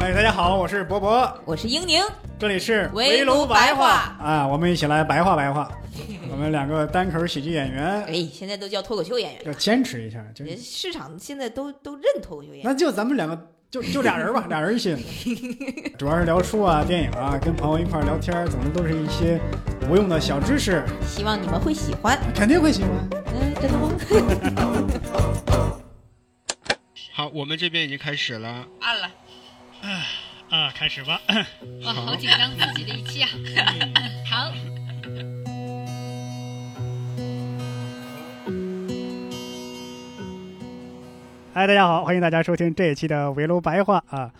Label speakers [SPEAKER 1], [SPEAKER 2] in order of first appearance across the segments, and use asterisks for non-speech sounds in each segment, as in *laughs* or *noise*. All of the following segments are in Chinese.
[SPEAKER 1] 哎，大家好，我是博博，
[SPEAKER 2] 我是英宁，
[SPEAKER 1] 这里是
[SPEAKER 2] 围
[SPEAKER 1] 炉
[SPEAKER 2] 炉白
[SPEAKER 1] 话
[SPEAKER 2] 话
[SPEAKER 1] 啊，我们一起来白话白话。我们两个单口喜剧演员
[SPEAKER 2] 哎，现在都叫脱口秀演员
[SPEAKER 1] 要坚持一下，就
[SPEAKER 2] 了，市场现在都都认脱口秀演员。
[SPEAKER 1] 那就咱们两个就就俩人吧，俩人一起，主要是聊书啊、电影啊，跟朋友一块儿聊天儿，总之都是一些无用的小知识，
[SPEAKER 2] 希望你们会喜欢。
[SPEAKER 1] 肯定会喜欢。
[SPEAKER 2] 嗯，真的吗？
[SPEAKER 3] 好，我们这边已经开始了。
[SPEAKER 4] 按了，
[SPEAKER 5] 啊，开始吧。
[SPEAKER 4] 哇，好紧张自己的一期啊！好，
[SPEAKER 1] 嗨，大家好，欢迎大家收听这一期的围楼白话啊。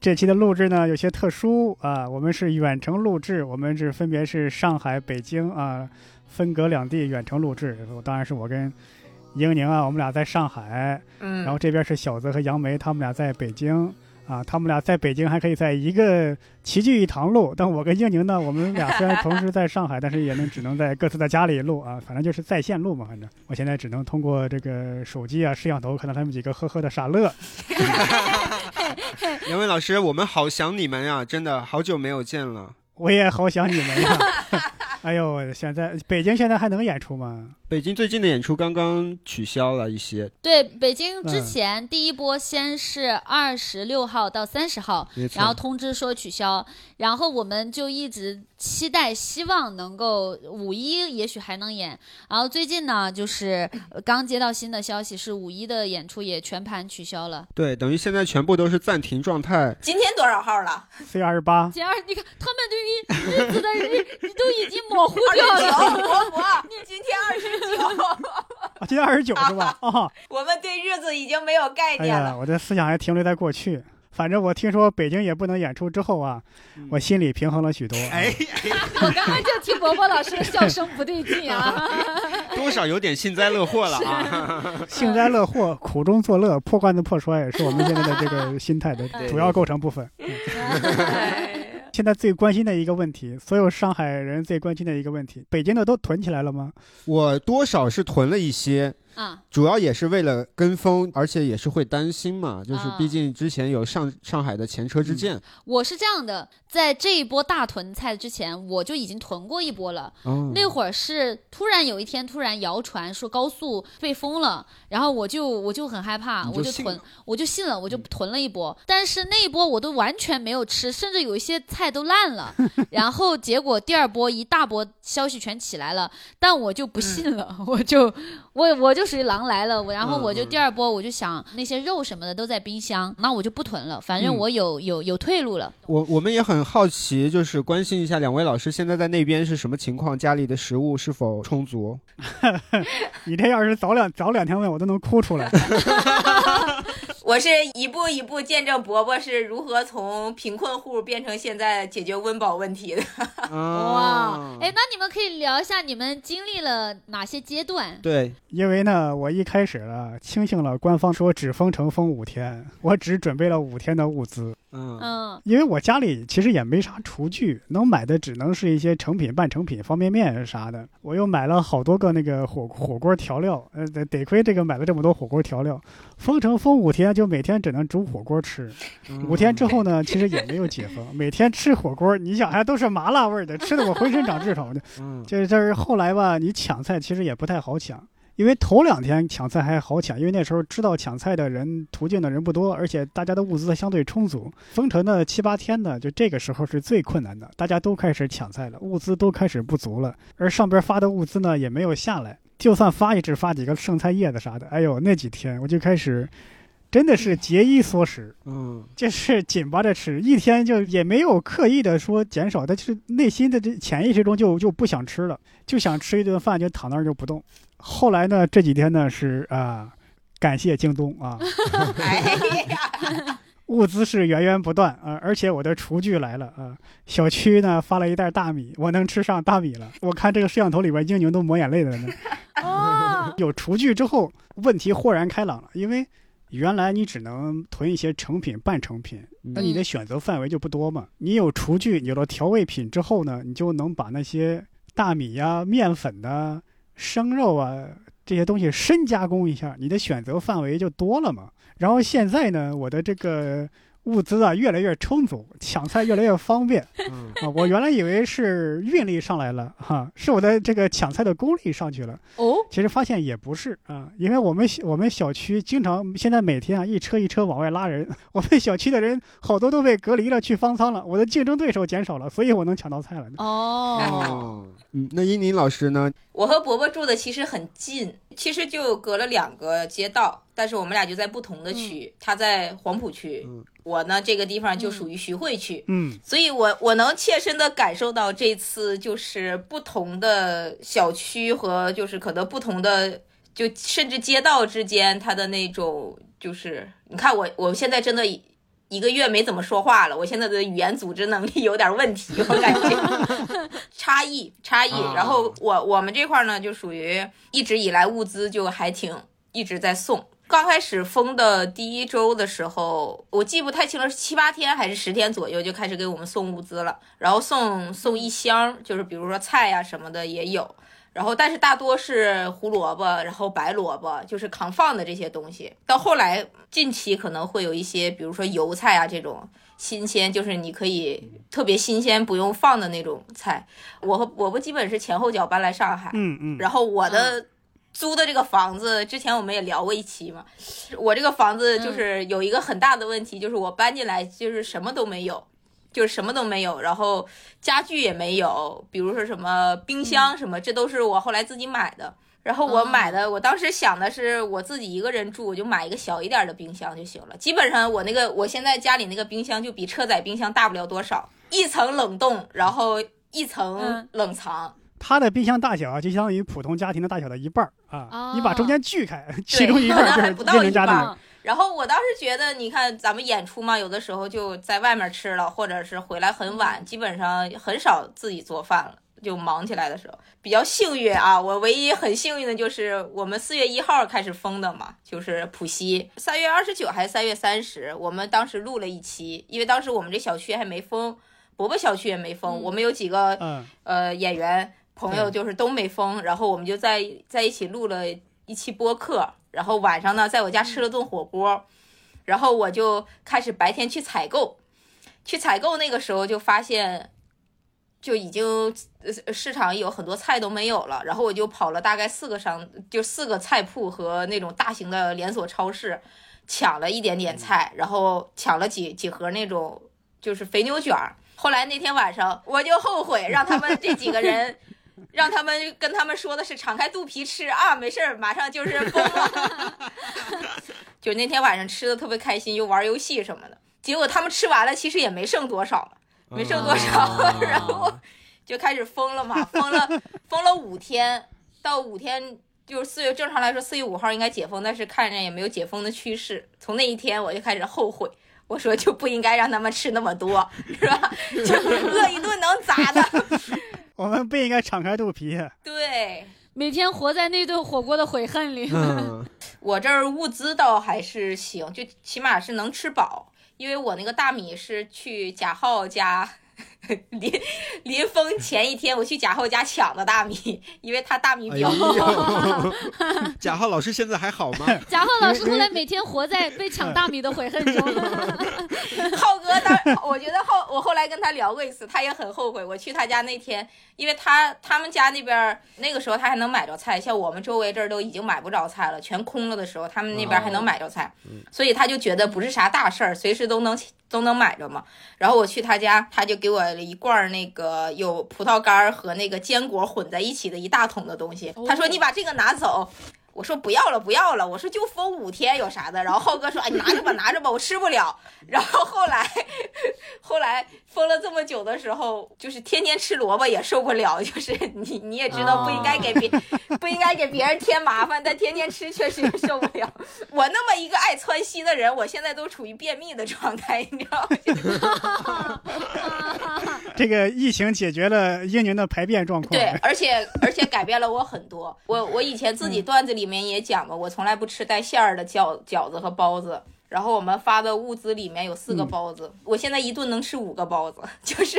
[SPEAKER 1] 这期的录制呢有些特殊啊，我们是远程录制，我们是分别是上海、北京啊，分隔两地远程录制。当然是我跟英宁啊，我们俩在上海，
[SPEAKER 2] 嗯
[SPEAKER 1] 然后这边是小泽和杨梅，他们俩在北京啊，他们俩在北京还可以在一个齐聚一堂录，但我跟英宁呢，我们俩虽然同时在上海，但是也能只能在各自在家里录啊，反正就是在线录嘛，反正我现在只能通过这个手机啊摄像头看到他们几个呵呵的傻乐，
[SPEAKER 3] 两位老师，我们好想你们呀、真的好久没有见了。
[SPEAKER 1] 我也好想你们呀、哎呦，现在北京现在还能演出吗？
[SPEAKER 3] 北京最近的演出刚刚取消了一些，
[SPEAKER 4] 对，北京之
[SPEAKER 1] 嗯
[SPEAKER 4] 前第一波先是二十六号到三十号，
[SPEAKER 3] 没
[SPEAKER 4] 然后
[SPEAKER 3] 错，
[SPEAKER 4] 通知说取消，然后我们就一直期待，希望能够五一也许还能演。然后最近呢，就是呃刚接到新的消息，是五一的演出也全盘取消了。
[SPEAKER 3] 对，等于现在全部都是暂停状态。
[SPEAKER 2] *laughs* 今天多少号了？
[SPEAKER 1] 四月二十八，
[SPEAKER 4] 姐儿，你看他们对于日子的日都已经模糊
[SPEAKER 2] 二
[SPEAKER 4] *laughs* 掉了。
[SPEAKER 2] 十九，伯伯， *laughs* 今天二十九，
[SPEAKER 1] 啊，今天二十九是吧？啊、
[SPEAKER 2] 我们对日子已经没有概
[SPEAKER 1] 哎
[SPEAKER 2] 念
[SPEAKER 1] 呀，
[SPEAKER 2] 了。
[SPEAKER 1] 我的思想还停留在过去。反正我听说北京也不能演出之后啊，我心里平衡了许多。啊
[SPEAKER 3] 哎，
[SPEAKER 4] 我刚刚就听伯伯老师的笑声不对劲 *laughs* 啊！
[SPEAKER 3] 多少有点幸灾乐祸了 *laughs* 啊！
[SPEAKER 1] 幸灾乐
[SPEAKER 3] 嗯
[SPEAKER 1] 祸，苦中作乐，破罐子破摔，是我们现在的这
[SPEAKER 3] *laughs*
[SPEAKER 1] 个心态的
[SPEAKER 3] 对
[SPEAKER 1] 主要构成部分。嗯
[SPEAKER 2] 哎
[SPEAKER 1] 现在最关心的一个问题，所有上海人最关心的一个问题，北京的都囤起来了
[SPEAKER 3] *laughs*
[SPEAKER 1] 吗？
[SPEAKER 3] 我多少是囤了一些。
[SPEAKER 4] 啊，
[SPEAKER 3] 主要也是为了跟风，而且也是会担心嘛，就是
[SPEAKER 4] 啊
[SPEAKER 3] 毕竟之前有上上海的前车之鉴，
[SPEAKER 4] 我是这样的，在这一波大囤菜之前，我就已经囤过一波了。
[SPEAKER 3] 哦，
[SPEAKER 4] 那会儿是突然有一天，突然谣传说高速被封了，然后我就我就很害
[SPEAKER 3] 你
[SPEAKER 4] 怕，
[SPEAKER 3] 就
[SPEAKER 4] 啊我就
[SPEAKER 3] 信
[SPEAKER 4] 囤
[SPEAKER 3] 了，嗯
[SPEAKER 4] 我就信了，我就囤了一波。但是那一波我都完全没有吃，甚至有一些菜都
[SPEAKER 3] *laughs*
[SPEAKER 4] 烂了。然后结果第二波一大波消息全起来了，但我就不
[SPEAKER 3] 嗯
[SPEAKER 4] 信了， *laughs* 我就我我就属于狼来了。我然后
[SPEAKER 3] 嗯
[SPEAKER 4] 我就
[SPEAKER 3] 嗯
[SPEAKER 4] 第二波我就想那些肉什么的都在冰箱，那我就不囤了，反正
[SPEAKER 1] 嗯
[SPEAKER 4] 我有有有退路了。
[SPEAKER 3] 我我们也很好奇，就是关心一下两位老师现在在那边是什么情况，家里的食物是否充足？
[SPEAKER 1] 你这要是早两早两天问我都能哭出
[SPEAKER 3] *laughs*
[SPEAKER 1] 来。
[SPEAKER 2] *laughs* 我是一步一步见证伯伯是如何从贫困户变成现在解决温饱问题的。 *laughs*
[SPEAKER 3] 啊
[SPEAKER 4] 哇，
[SPEAKER 3] 哦
[SPEAKER 4] 哎，那你们可以聊一下你们经历了哪些阶段？
[SPEAKER 3] 对，
[SPEAKER 1] 因为呢，我一开始了轻信了官方说只封城封五天，我只准备了五天的物资，
[SPEAKER 3] 嗯，
[SPEAKER 4] 嗯，
[SPEAKER 1] 因为我家里其实也没啥厨具，能买的只能是一些成品、半成品、方便面啥的。我又买了好多个那个火火锅调料，呃，得得亏这个买了这么多火锅调料。封城封五天，就每天只能煮火锅吃。
[SPEAKER 3] 嗯
[SPEAKER 1] 五天之后呢，其实也没有解封，每天吃火锅，你想还都是麻辣味儿的，吃的我浑身长痔疮。我就
[SPEAKER 3] 嗯，
[SPEAKER 1] 就是这是后来吧，你抢菜其实也不太好抢，因为头两天抢菜还好抢，因为那时候知道抢菜的人途径的人不多，而且大家的物资相对充足。封城的七八天呢，就这个时候是最困难的，大家都开始抢菜了，物资都开始不足了，而上边发的物资呢也没有下来，就算发也只发几个剩菜叶子啥的。哎呦，那几天我就开始，真的是节衣缩食。
[SPEAKER 3] 嗯，
[SPEAKER 1] 就是紧巴着吃，一天就也没有刻意的说减少，但是内心的这潜意识中就就不想吃了，就想吃一顿饭，就躺那儿就不动。后来呢，这几天呢是啊、感谢京东啊，
[SPEAKER 2] 哎呀，
[SPEAKER 1] 物资是源源不断啊、而且我的厨具来了啊、小区呢发了一袋大米，我能吃上大米了。我看这个摄像头里边英宁都抹眼泪了呢。
[SPEAKER 4] 哦，
[SPEAKER 1] 有厨具之后，问题豁然开朗了，因为原来你只能囤一些成品、半成品，那你的选择范围就不多嘛。你有厨具，有了调味品之后呢，你就能把那些大米呀、面粉呐、生肉啊这些东西深加工一下，你的选择范围就多了嘛。然后现在呢，我的这个物资啊越来越充足，抢菜越来越方便
[SPEAKER 3] 嗯，
[SPEAKER 2] *laughs*
[SPEAKER 1] 啊！我原来以为是运力上来了哈、是我的这个抢菜的功力上去了，
[SPEAKER 4] 哦，
[SPEAKER 1] 其实发现也不是啊，因为我们小我们小区经常现在每天啊一车一车往外拉人， *laughs* 我们小区的人好多都被隔离了去方舱了，我的竞争对手减少了，所以我能抢到菜了。
[SPEAKER 4] 哦，
[SPEAKER 3] 哦，嗯，那英宁老师呢？
[SPEAKER 2] 我和伯伯住的其实很近，其实就隔了两个街道，但是我们俩就在不同的区，他在黄浦区，
[SPEAKER 3] 嗯
[SPEAKER 2] 我呢这个地方就属于徐汇区。
[SPEAKER 1] 嗯，
[SPEAKER 2] 所以我我能切身的感受到这次就是不同的小区和就是可能不同的就甚至街道之间它的那种就是你看我我现在真的一个月没怎么说话了，我现在的语言组织能力有点问题，我感觉差异差异
[SPEAKER 3] 啊。
[SPEAKER 2] 然后我我们这块呢就属于一直以来物资就还挺一直在送。刚开始封的第一周的时候，我记不太清了，是七八天还是十天左右就开始给我们送物资了，然后送送一箱，就是比如说菜呀、什么的也有，然后但是大多是胡萝卜，然后白萝卜，就是扛放的这些东西。到后来近期可能会有一些，比如说油菜啊这种新鲜，就是你可以特别新鲜不用放的那种菜。我和我不基本是前后脚搬来上海，
[SPEAKER 1] 嗯嗯，
[SPEAKER 2] 然后我的租的这个房子，之前我们也聊过一期嘛，我这个房子
[SPEAKER 4] 嗯
[SPEAKER 2] 就是有一个很大的问题，就是我搬进来就是什么都没有。就是什么都没有，然后家具也没有，比如说什么冰箱什么，这都是我后来自己买的。然后我
[SPEAKER 4] 嗯哦
[SPEAKER 2] 买的，我当时想的是我自己一个人住，我就买一个小一点的冰箱就行了。基本上我那个我现在家里那个冰箱就比车载冰箱大不了多少，一层冷冻，然后一层
[SPEAKER 4] 嗯
[SPEAKER 2] 冷藏，
[SPEAKER 1] 它的冰箱大小啊，就相当于普通家庭的大小的一半儿啊。
[SPEAKER 4] 哦
[SPEAKER 1] 你把中间锯开，其中一半儿就
[SPEAKER 2] 可能还
[SPEAKER 1] 是
[SPEAKER 2] *laughs* 不
[SPEAKER 1] 变
[SPEAKER 2] 到
[SPEAKER 1] 成
[SPEAKER 2] 一
[SPEAKER 1] 家
[SPEAKER 2] 半
[SPEAKER 1] 里
[SPEAKER 2] 儿
[SPEAKER 1] 了。
[SPEAKER 4] 嗯
[SPEAKER 2] 然后我当时觉得，你看咱们演出嘛，有的时候就在外面吃了，或者是回来很晚，基本上很少自己做饭了。就忙起来的时候，比较幸运啊！我唯一很幸运的就是我们四月一号开始封的嘛，就是浦西，三月二十九还是三月三十，我们当时录了一期，因为当时我们这小区还没封，伯伯小区也没封，
[SPEAKER 4] 嗯
[SPEAKER 2] 我们有几个
[SPEAKER 1] 嗯，
[SPEAKER 2] 呃演员朋友
[SPEAKER 1] 对
[SPEAKER 2] 就是都没封，然后我们就在在一起录了一期播客，然后晚上呢在我家吃了顿火锅，然后我就开始白天去采购，去采购那个时候就发现。就已经呃市场有很多菜都没有了，然后我就跑了大概四个商，就四个菜铺和那种大型的连锁超市，抢了一点点菜，然后抢了几几盒那种就是肥牛卷儿。后来那天晚上我就后悔，让他们这几个人，让他们跟他们说的是敞开肚皮吃啊，没事儿，马上就是疯了。 *laughs* 就那天晚上吃的特别开心，又玩游戏什么的。结果他们吃完了，其实也没剩多少嘛，没剩多少，
[SPEAKER 3] 啊
[SPEAKER 2] 然后就开始封了嘛，封了封了五天，到五天就是四月，正常来说四月五号应该解封，但是看着也没有解封的趋势。从那一天我就开始后悔，我说就不应该让他们吃那么多，是吧？ *laughs* 就饿一顿能咋的？ *laughs*
[SPEAKER 1] 我们不应该敞开肚皮。
[SPEAKER 2] 对
[SPEAKER 4] 每天活在那顿火锅的悔恨里。
[SPEAKER 3] 嗯，
[SPEAKER 2] 我这儿物资倒还是行，就起码是能吃饱，因为我那个大米是去贾浩家。 *laughs* 临临封前一天，我去贾浩家抢的大米，因为他大米
[SPEAKER 3] 哎
[SPEAKER 2] 比较多。
[SPEAKER 3] 呦，贾浩老师现在还好
[SPEAKER 1] *laughs*
[SPEAKER 3] 吗？
[SPEAKER 4] 贾浩老师后来每天活在被抢大米的悔恨中。
[SPEAKER 2] *laughs* 浩哥当，我觉得浩，我后来跟他聊过一次，他也很后悔。我去他家那天，因为他他们家那边儿那个时候他还能买着菜，像我们周围这儿都已经买不着菜了，全空了的时候，他们那边还能买着菜，所以他就觉得不是啥大事儿，随时都能都能买着嘛。然后我去他家，他就给我了一罐儿那个有葡萄干儿和那个坚果混在一起的一大桶的东西
[SPEAKER 4] 哦，
[SPEAKER 2] 他说你把这个拿走。我说不要了，不要了。我说就封五天有啥的。然后浩哥说：“哎，你拿着吧，拿着吧，我吃不了。”然后后来， *laughs* 后来封了这么久的时候，就是天天吃萝卜也受不了。就是你你也知道不应该给别、不应该给别人添麻烦，但天天吃确实也受不了。 *laughs* 我那么一个爱窜稀的人，我现在都处于便秘的状态，你知道吗？
[SPEAKER 3] 嗯
[SPEAKER 4] *laughs*
[SPEAKER 1] 这个疫情解决了英宁的排便状况。
[SPEAKER 2] 对，而且而且改变了我很多。我我以前自己段子里面也讲过，我从来不吃带馅儿的饺饺子和包子。然后我们发的物资里面有四个包子，我现在一顿能吃五个包子，就是。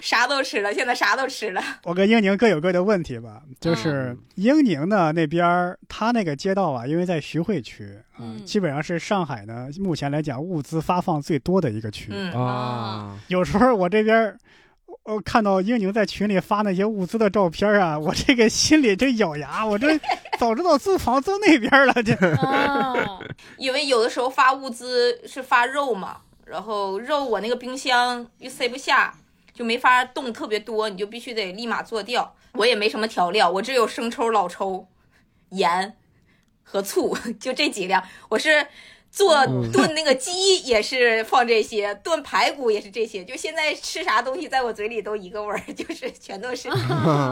[SPEAKER 2] 啥都吃了，现在啥都吃了。
[SPEAKER 1] 我跟英宁各有各的问题吧，就是英宁呢那边儿，他那个街道啊，因为在徐汇区啊、
[SPEAKER 4] 嗯
[SPEAKER 1] 基本上是上海呢目前来讲物资发放最多的一个区。
[SPEAKER 2] 嗯，
[SPEAKER 3] 啊，
[SPEAKER 1] 有时候我这边儿，我我看到英宁在群里发那些物资的照片儿啊，我这个心里这咬牙，我这 *laughs* 早知道租房租那边儿了，这
[SPEAKER 4] 啊，
[SPEAKER 2] 因为有的时候发物资是发肉嘛，然后肉我那个冰箱又塞不下，就没法冻特别多，你就必须得立马做掉。我也没什么调料，我只有生抽、老抽、盐和醋， *laughs* 就这几样。我是做
[SPEAKER 3] 嗯
[SPEAKER 2] 炖那个鸡也是放这些，炖排骨也是这些。就现在吃啥东西在我嘴里都一个味儿， *laughs* 就是全都
[SPEAKER 4] 嗯
[SPEAKER 2] 是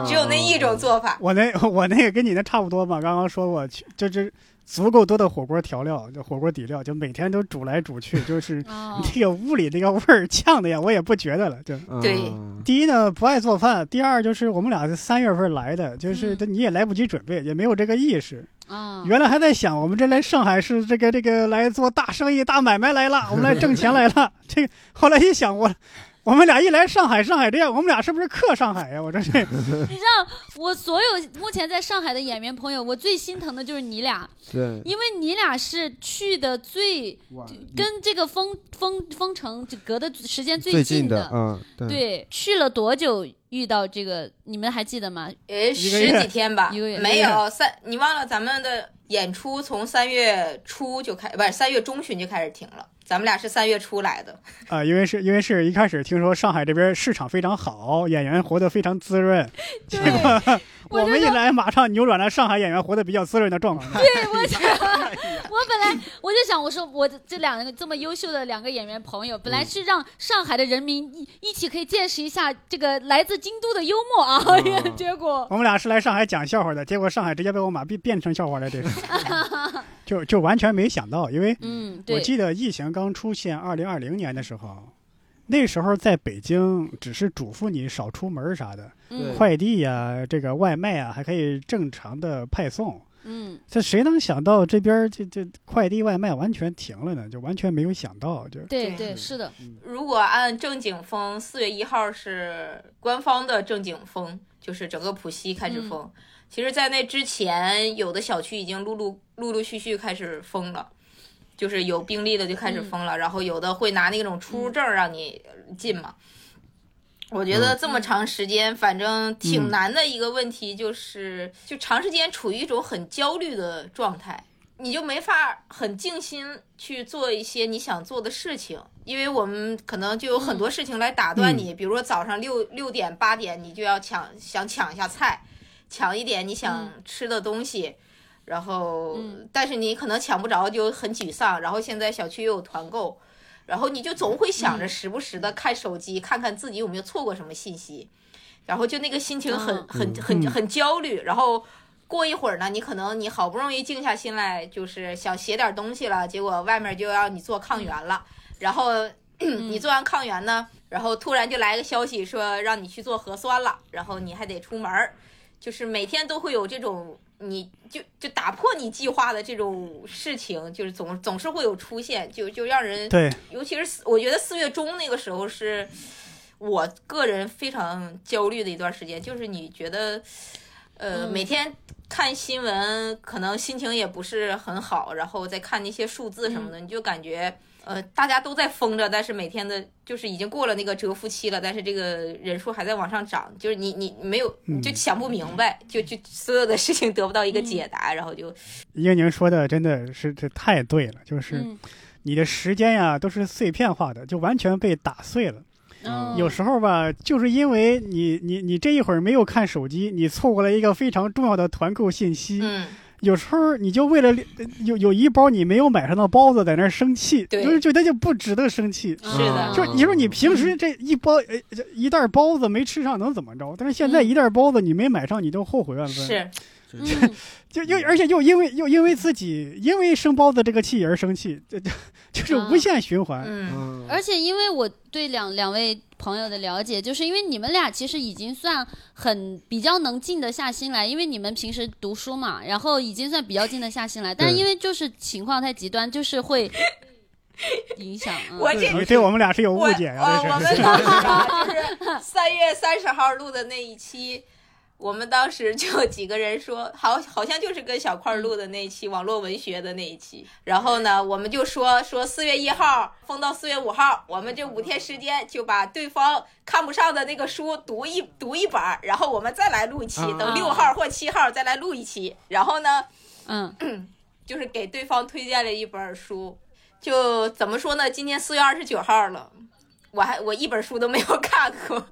[SPEAKER 2] 只有那一种做法。
[SPEAKER 1] 我那我那个跟你那差不多嘛，刚刚说过，去就是足够多的火锅调料，就火锅底料，就每天都煮来煮去，
[SPEAKER 4] *laughs*
[SPEAKER 1] 就是
[SPEAKER 4] 啊
[SPEAKER 1] 那个屋里那个味儿呛的呀，我也不觉得了。就
[SPEAKER 2] 对
[SPEAKER 3] 嗯
[SPEAKER 1] 第一呢，不爱做饭；第二就是我们俩是三月份来的，就是这你也来不及准备，也没有这个意识。
[SPEAKER 4] 啊，
[SPEAKER 1] 原来还在想，我们这来上海是这个这个来做大生意、大买卖来了，我们来挣钱来了。这个后来一想，我我们俩一来上海，上海这样，我们俩是不是克上海呀？我这是
[SPEAKER 4] 你知道我所有目前在上海的演员朋友，我最心疼的就是你俩，
[SPEAKER 3] 对，
[SPEAKER 4] 因为你俩是去的最跟这个封封封城就隔的时间
[SPEAKER 3] 最
[SPEAKER 4] 近
[SPEAKER 3] 的，嗯，对，
[SPEAKER 4] 对，去了多久遇到这个？你们还记得吗？
[SPEAKER 2] 呃，
[SPEAKER 1] 一个
[SPEAKER 2] 十
[SPEAKER 1] 月
[SPEAKER 2] 几天吧，
[SPEAKER 4] 一个月
[SPEAKER 2] 没
[SPEAKER 1] 一个
[SPEAKER 2] 有三，你忘了咱们的演出从三月初就开，不是三月中旬就开始停了。咱们俩是三月初来的，
[SPEAKER 1] 啊、因为是因为是一开始听说上海这边市场非常好，演员活得非常滋润，
[SPEAKER 4] *laughs* 对，我
[SPEAKER 1] 我
[SPEAKER 4] 就
[SPEAKER 1] 们一
[SPEAKER 4] 说，
[SPEAKER 1] 来马上扭转了上海演员活得比较滋润的状况。
[SPEAKER 4] 对我想， *laughs* 我本来我就想，我说我这两个这么优秀的两个演员朋友，本来是让上海的人民一一起可以见识一下这个来自京都的幽默啊，
[SPEAKER 3] 嗯
[SPEAKER 4] *laughs* 结果
[SPEAKER 1] 我们俩是来上海讲笑话的，结果上海直接被我马变变成笑话了，
[SPEAKER 4] *laughs*
[SPEAKER 1] 这是，就就完全没想到，因为
[SPEAKER 4] 嗯，
[SPEAKER 1] 我
[SPEAKER 4] 对，
[SPEAKER 1] 记得疫情刚出现二零二零年的时候，那时候在北京只是嘱咐你少出门儿啥的，
[SPEAKER 4] 嗯
[SPEAKER 1] 快递呀、这个外卖啊还可以正常的派送，
[SPEAKER 4] 嗯
[SPEAKER 1] 这谁能想到这边儿这这快递外卖完全停了呢？就完全没有想到，就
[SPEAKER 4] 对
[SPEAKER 2] 对
[SPEAKER 4] 对是的，
[SPEAKER 2] 如果按正经封，四月一号是官方的正经封，就是整个浦西开始封。其实，在那之前，有的小区已经陆陆陆陆续续开始封了，就是有病例的就开始封了，然后有的会拿那种出入证让你进嘛。我觉得这么长时间，反正挺难的一个问题就是，就长时间处于一种很焦虑的状态。你就没法很静心去做一些你想做的事情，因为我们可能就有很多事情来打断你，比如说早上六六点八点你就要抢想抢一下菜，抢一点你想吃的东西，然后、
[SPEAKER 4] 嗯
[SPEAKER 2] 但是你可能抢不着就很沮丧，然后现在小区又有团购，然后你就总会想着时不时的看手机，看看自己有没有错过什么信息，然后就那个心情很、
[SPEAKER 4] 嗯
[SPEAKER 2] 很
[SPEAKER 3] 嗯
[SPEAKER 2] 很
[SPEAKER 1] 嗯
[SPEAKER 2] 很焦虑，然后。过一会儿呢，你可能你好不容易静下心来，就是想写点东西了，结果外面就要你做抗原了，然后 *clears throat* 你做完抗原呢，然后突然就来个消息说让你去做核酸了，然后你还得出门儿，就是每天都会有这种你就就打破你计划的这种事情，就是总总是会有出现，就就让人
[SPEAKER 1] 对，
[SPEAKER 2] 尤其是四我觉得四月中那个时候是我个人非常焦虑的一段时间，就是你觉得，呃，
[SPEAKER 4] 嗯
[SPEAKER 2] 每天看新闻，可能心情也不是很好，然后再看那些数字什么的，你就感觉。呃，大家都在封着，但是每天的，就是已经过了那个蛰伏期了，但是这个人数还在往上涨，就是你你你没有，你就
[SPEAKER 1] 嗯
[SPEAKER 2] 想不明白，就就所有的事情得不到一个解答，然后就
[SPEAKER 1] 英宁说的真的是这太对了，就是
[SPEAKER 4] 嗯
[SPEAKER 1] 你的时间呀、都是碎片化的，就完全被打碎了。
[SPEAKER 4] 嗯
[SPEAKER 1] 有时候吧，就是因为你你你这一会儿没有看手机，你错过了一个非常重要的团购信息。
[SPEAKER 2] 嗯，
[SPEAKER 1] 有时候你就为了呃有有一包你没有买上的包子在那儿生气，
[SPEAKER 2] 对
[SPEAKER 1] 就是觉得就不值得生气。
[SPEAKER 4] 是
[SPEAKER 3] 嗯
[SPEAKER 2] 的
[SPEAKER 1] 就是你说你平时这一包呃这一袋包子没吃上能怎么着？但是现在一袋包子你没买上，你都后悔万分。，
[SPEAKER 2] 嗯是，
[SPEAKER 4] 嗯
[SPEAKER 1] 就又而且又因为又因为自己因为生包子这个气而生气，这这就是无限循环。
[SPEAKER 2] 嗯，
[SPEAKER 3] 嗯
[SPEAKER 4] 而且因为我对两两位朋友的了解，就是因为你们俩其实已经算很比较能静得下心来，因为你们平时读书嘛，然后已经算比较静得下心来，但是因为就是情况太极端，就是会影响。嗯
[SPEAKER 2] 我
[SPEAKER 1] 对
[SPEAKER 2] 这
[SPEAKER 3] 哎
[SPEAKER 1] 你对我们俩是有误解呀、
[SPEAKER 2] 我我
[SPEAKER 1] 这
[SPEAKER 2] 们
[SPEAKER 1] 是。
[SPEAKER 2] 当时啊，就是三月三十号录的那一期，我们当时就几个人说，好，好像就是跟小块儿录的那一期网络文学的那一期。然后呢，我们就说说四月一号封到四月五号，我们这五天时间就把对方看不上的那个书读一读一本儿，然后我们再来录一期，等六号或七号再来录一期。然后呢，
[SPEAKER 4] 嗯，
[SPEAKER 2] 就是给对方推荐了一本书，就怎么说呢？今年四月二十九号了，我还我一本书都没有看过。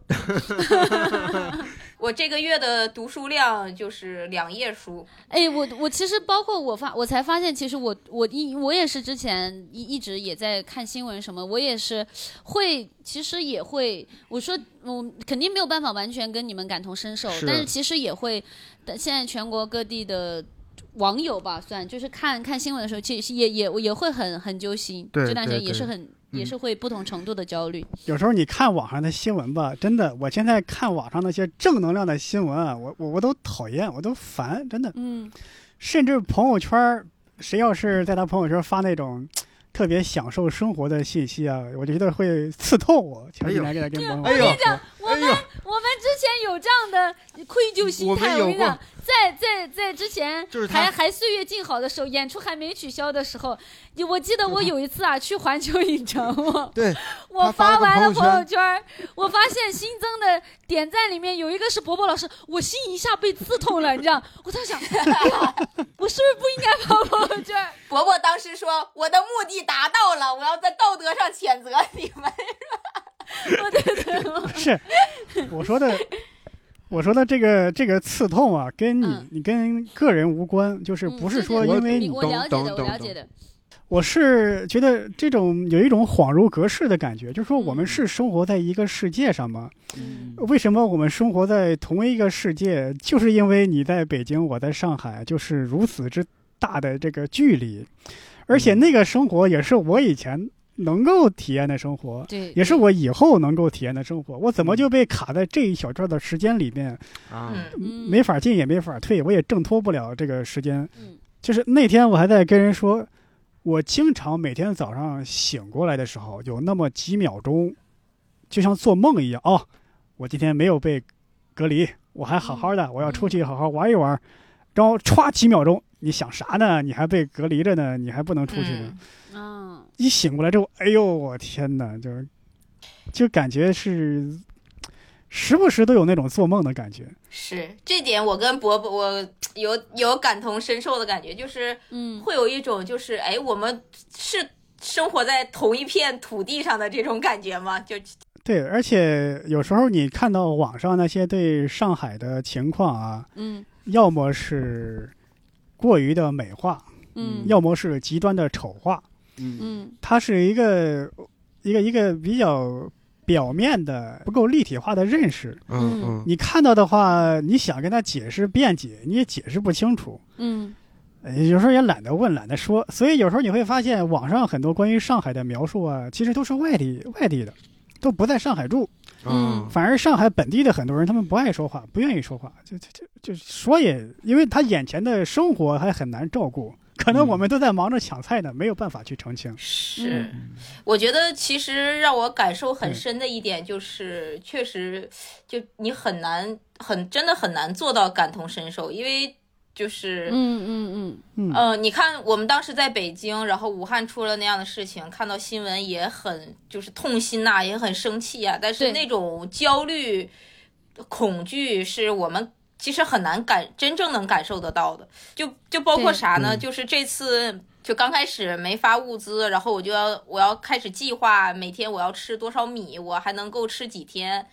[SPEAKER 2] *laughs* 我这个月的读书量就是两页书，
[SPEAKER 4] 哎，我我其实包括我发，我才发现，其实我我一我也是之前一一直也在看新闻什么，我也是会，其实也会，我说我肯定没有办法完全跟你们感同身受，
[SPEAKER 3] 是
[SPEAKER 4] 但是其实也会，但现在全国各地的。网友吧，算就是看看新闻的时候，其实也也也会很很揪心，
[SPEAKER 3] 对
[SPEAKER 4] 这段时间
[SPEAKER 3] 对
[SPEAKER 4] 也
[SPEAKER 3] 对嗯
[SPEAKER 4] 是很也是会不同程度的焦虑。
[SPEAKER 1] 有时候你看网上的新闻吧，真的，我现在看网上那些正能量的新闻啊，我我我都讨厌，我都烦，真的。
[SPEAKER 4] 嗯，
[SPEAKER 1] 甚至朋友圈儿，谁要是在他朋友圈发那种特别享受生活的信息啊，我觉得会刺痛
[SPEAKER 3] *laughs*
[SPEAKER 1] 我。前几
[SPEAKER 3] 哎
[SPEAKER 1] 年给他
[SPEAKER 4] *laughs*
[SPEAKER 1] 跟朋友，
[SPEAKER 3] 哎呦，
[SPEAKER 4] 我们
[SPEAKER 3] 哎呦，
[SPEAKER 4] 我们之前有这样的愧疚心态，
[SPEAKER 3] 我们有
[SPEAKER 4] 我跟你讲，在在在之前
[SPEAKER 3] 就是他
[SPEAKER 4] 还还岁月静好的时候，演出还没取消的时候，我记得我有一次啊去环球
[SPEAKER 3] *laughs*
[SPEAKER 4] 影城，我
[SPEAKER 3] 对，
[SPEAKER 4] 我
[SPEAKER 3] 他发了
[SPEAKER 4] 发
[SPEAKER 3] 个
[SPEAKER 4] 完了
[SPEAKER 3] 朋
[SPEAKER 4] 朋
[SPEAKER 3] 友
[SPEAKER 4] 友圈儿，我发现新增的点赞里面有一个是伯伯老师，我心一下被刺痛了，你知道？我在想，哎呀我是不是不应该发朋友
[SPEAKER 1] *laughs*
[SPEAKER 4] 圈儿？
[SPEAKER 2] 伯伯当时说我的目的达到了，我要在道德上谴责你们。
[SPEAKER 4] 我对对，我
[SPEAKER 1] *laughs* 是我说的，我说的这个这个刺痛啊，跟你、
[SPEAKER 4] 嗯
[SPEAKER 1] 你跟个人无关，就是
[SPEAKER 4] 嗯
[SPEAKER 1] 不是
[SPEAKER 4] 这
[SPEAKER 1] 说
[SPEAKER 4] 这
[SPEAKER 1] 因为
[SPEAKER 4] 你
[SPEAKER 1] 你，
[SPEAKER 4] 我
[SPEAKER 3] 懂
[SPEAKER 4] 了解
[SPEAKER 3] 懂
[SPEAKER 4] 的，我
[SPEAKER 3] 懂
[SPEAKER 4] 了
[SPEAKER 3] 懂
[SPEAKER 4] 解的，
[SPEAKER 1] 我是觉得这种有一种恍如隔世的感觉，就是说我们
[SPEAKER 4] 嗯
[SPEAKER 1] 是生活在一个世界上吗？
[SPEAKER 4] 嗯
[SPEAKER 1] 为什么我们生活在同一个世界？就是因为你在北京，我在上海，就是如此之大的这个距离，而且那个生活也是我以前能够体验的生活，
[SPEAKER 4] 对，
[SPEAKER 1] 嗯也是我以后能够体验的生活。我怎么就被卡在这一小段的时间里面，
[SPEAKER 3] 啊，
[SPEAKER 2] 嗯，
[SPEAKER 4] 嗯
[SPEAKER 1] 没法进也没法退，我也挣脱不了这个时间。
[SPEAKER 4] 嗯
[SPEAKER 1] 就是那天我还在跟人说，我经常每天早上醒过来的时候，有那么几秒钟，就像做梦一样哦，我今天没有被隔离，我还好好
[SPEAKER 4] 嗯
[SPEAKER 1] 的，我要出去好好玩一玩。然后歘几秒钟，你想啥呢？你还被隔离着呢，你还不能出去
[SPEAKER 2] 嗯
[SPEAKER 1] 呢。
[SPEAKER 4] 啊。
[SPEAKER 1] 一醒过来之后，哎呦我天哪，就是就感觉是时不时都有那种做梦的感觉。
[SPEAKER 2] 是这点我跟伯伯我有有感同身受的感觉，就是
[SPEAKER 4] 嗯，
[SPEAKER 2] 会有一种就是哎，我们是生活在同一片土地上的这种感觉吗？就
[SPEAKER 1] 对，而且有时候你看到网上那些对上海的情况啊，
[SPEAKER 4] 嗯
[SPEAKER 1] 要么是过于的美化，
[SPEAKER 4] 嗯
[SPEAKER 1] 要么是极端的丑化。
[SPEAKER 3] 嗯
[SPEAKER 4] 嗯
[SPEAKER 1] 它是一个一个一个比较表面的、不够立体化的认识。
[SPEAKER 3] 嗯嗯，
[SPEAKER 1] 你看到的话，你想跟他解释辩解，你也解释不清楚。
[SPEAKER 4] 嗯
[SPEAKER 1] 呃有时候也懒得问，懒得说，所以有时候你会发现，网上很多关于上海的描述啊，其实都是外地外地的，都不在上海住，
[SPEAKER 3] 嗯
[SPEAKER 1] 反而上海本地的很多人，他们不爱说话，不愿意说话，就就就就说也，因为他眼前的生活还很难照顾，可能
[SPEAKER 3] 嗯
[SPEAKER 1] 我们都在忙着抢菜呢，没有办法去澄清。
[SPEAKER 2] 是，我觉得其实让我感受很深的一点就是，确实就你很难很真的很难做到感同身受，因为就是
[SPEAKER 4] 嗯嗯
[SPEAKER 1] 嗯，
[SPEAKER 2] 呃，你看，我们当时在北京，然后武汉出了那样的事情，看到新闻也很就是痛心呐、也很生气啊。但
[SPEAKER 4] 对
[SPEAKER 2] 是那种焦虑、恐惧，是我们其实很难感真正能感受得到的。就就包括
[SPEAKER 4] 对
[SPEAKER 2] 啥呢？
[SPEAKER 3] 对
[SPEAKER 2] 就是这次就刚开始没发物资，然后我就要我要开始计划每天我要吃多少米，我还能够吃几天。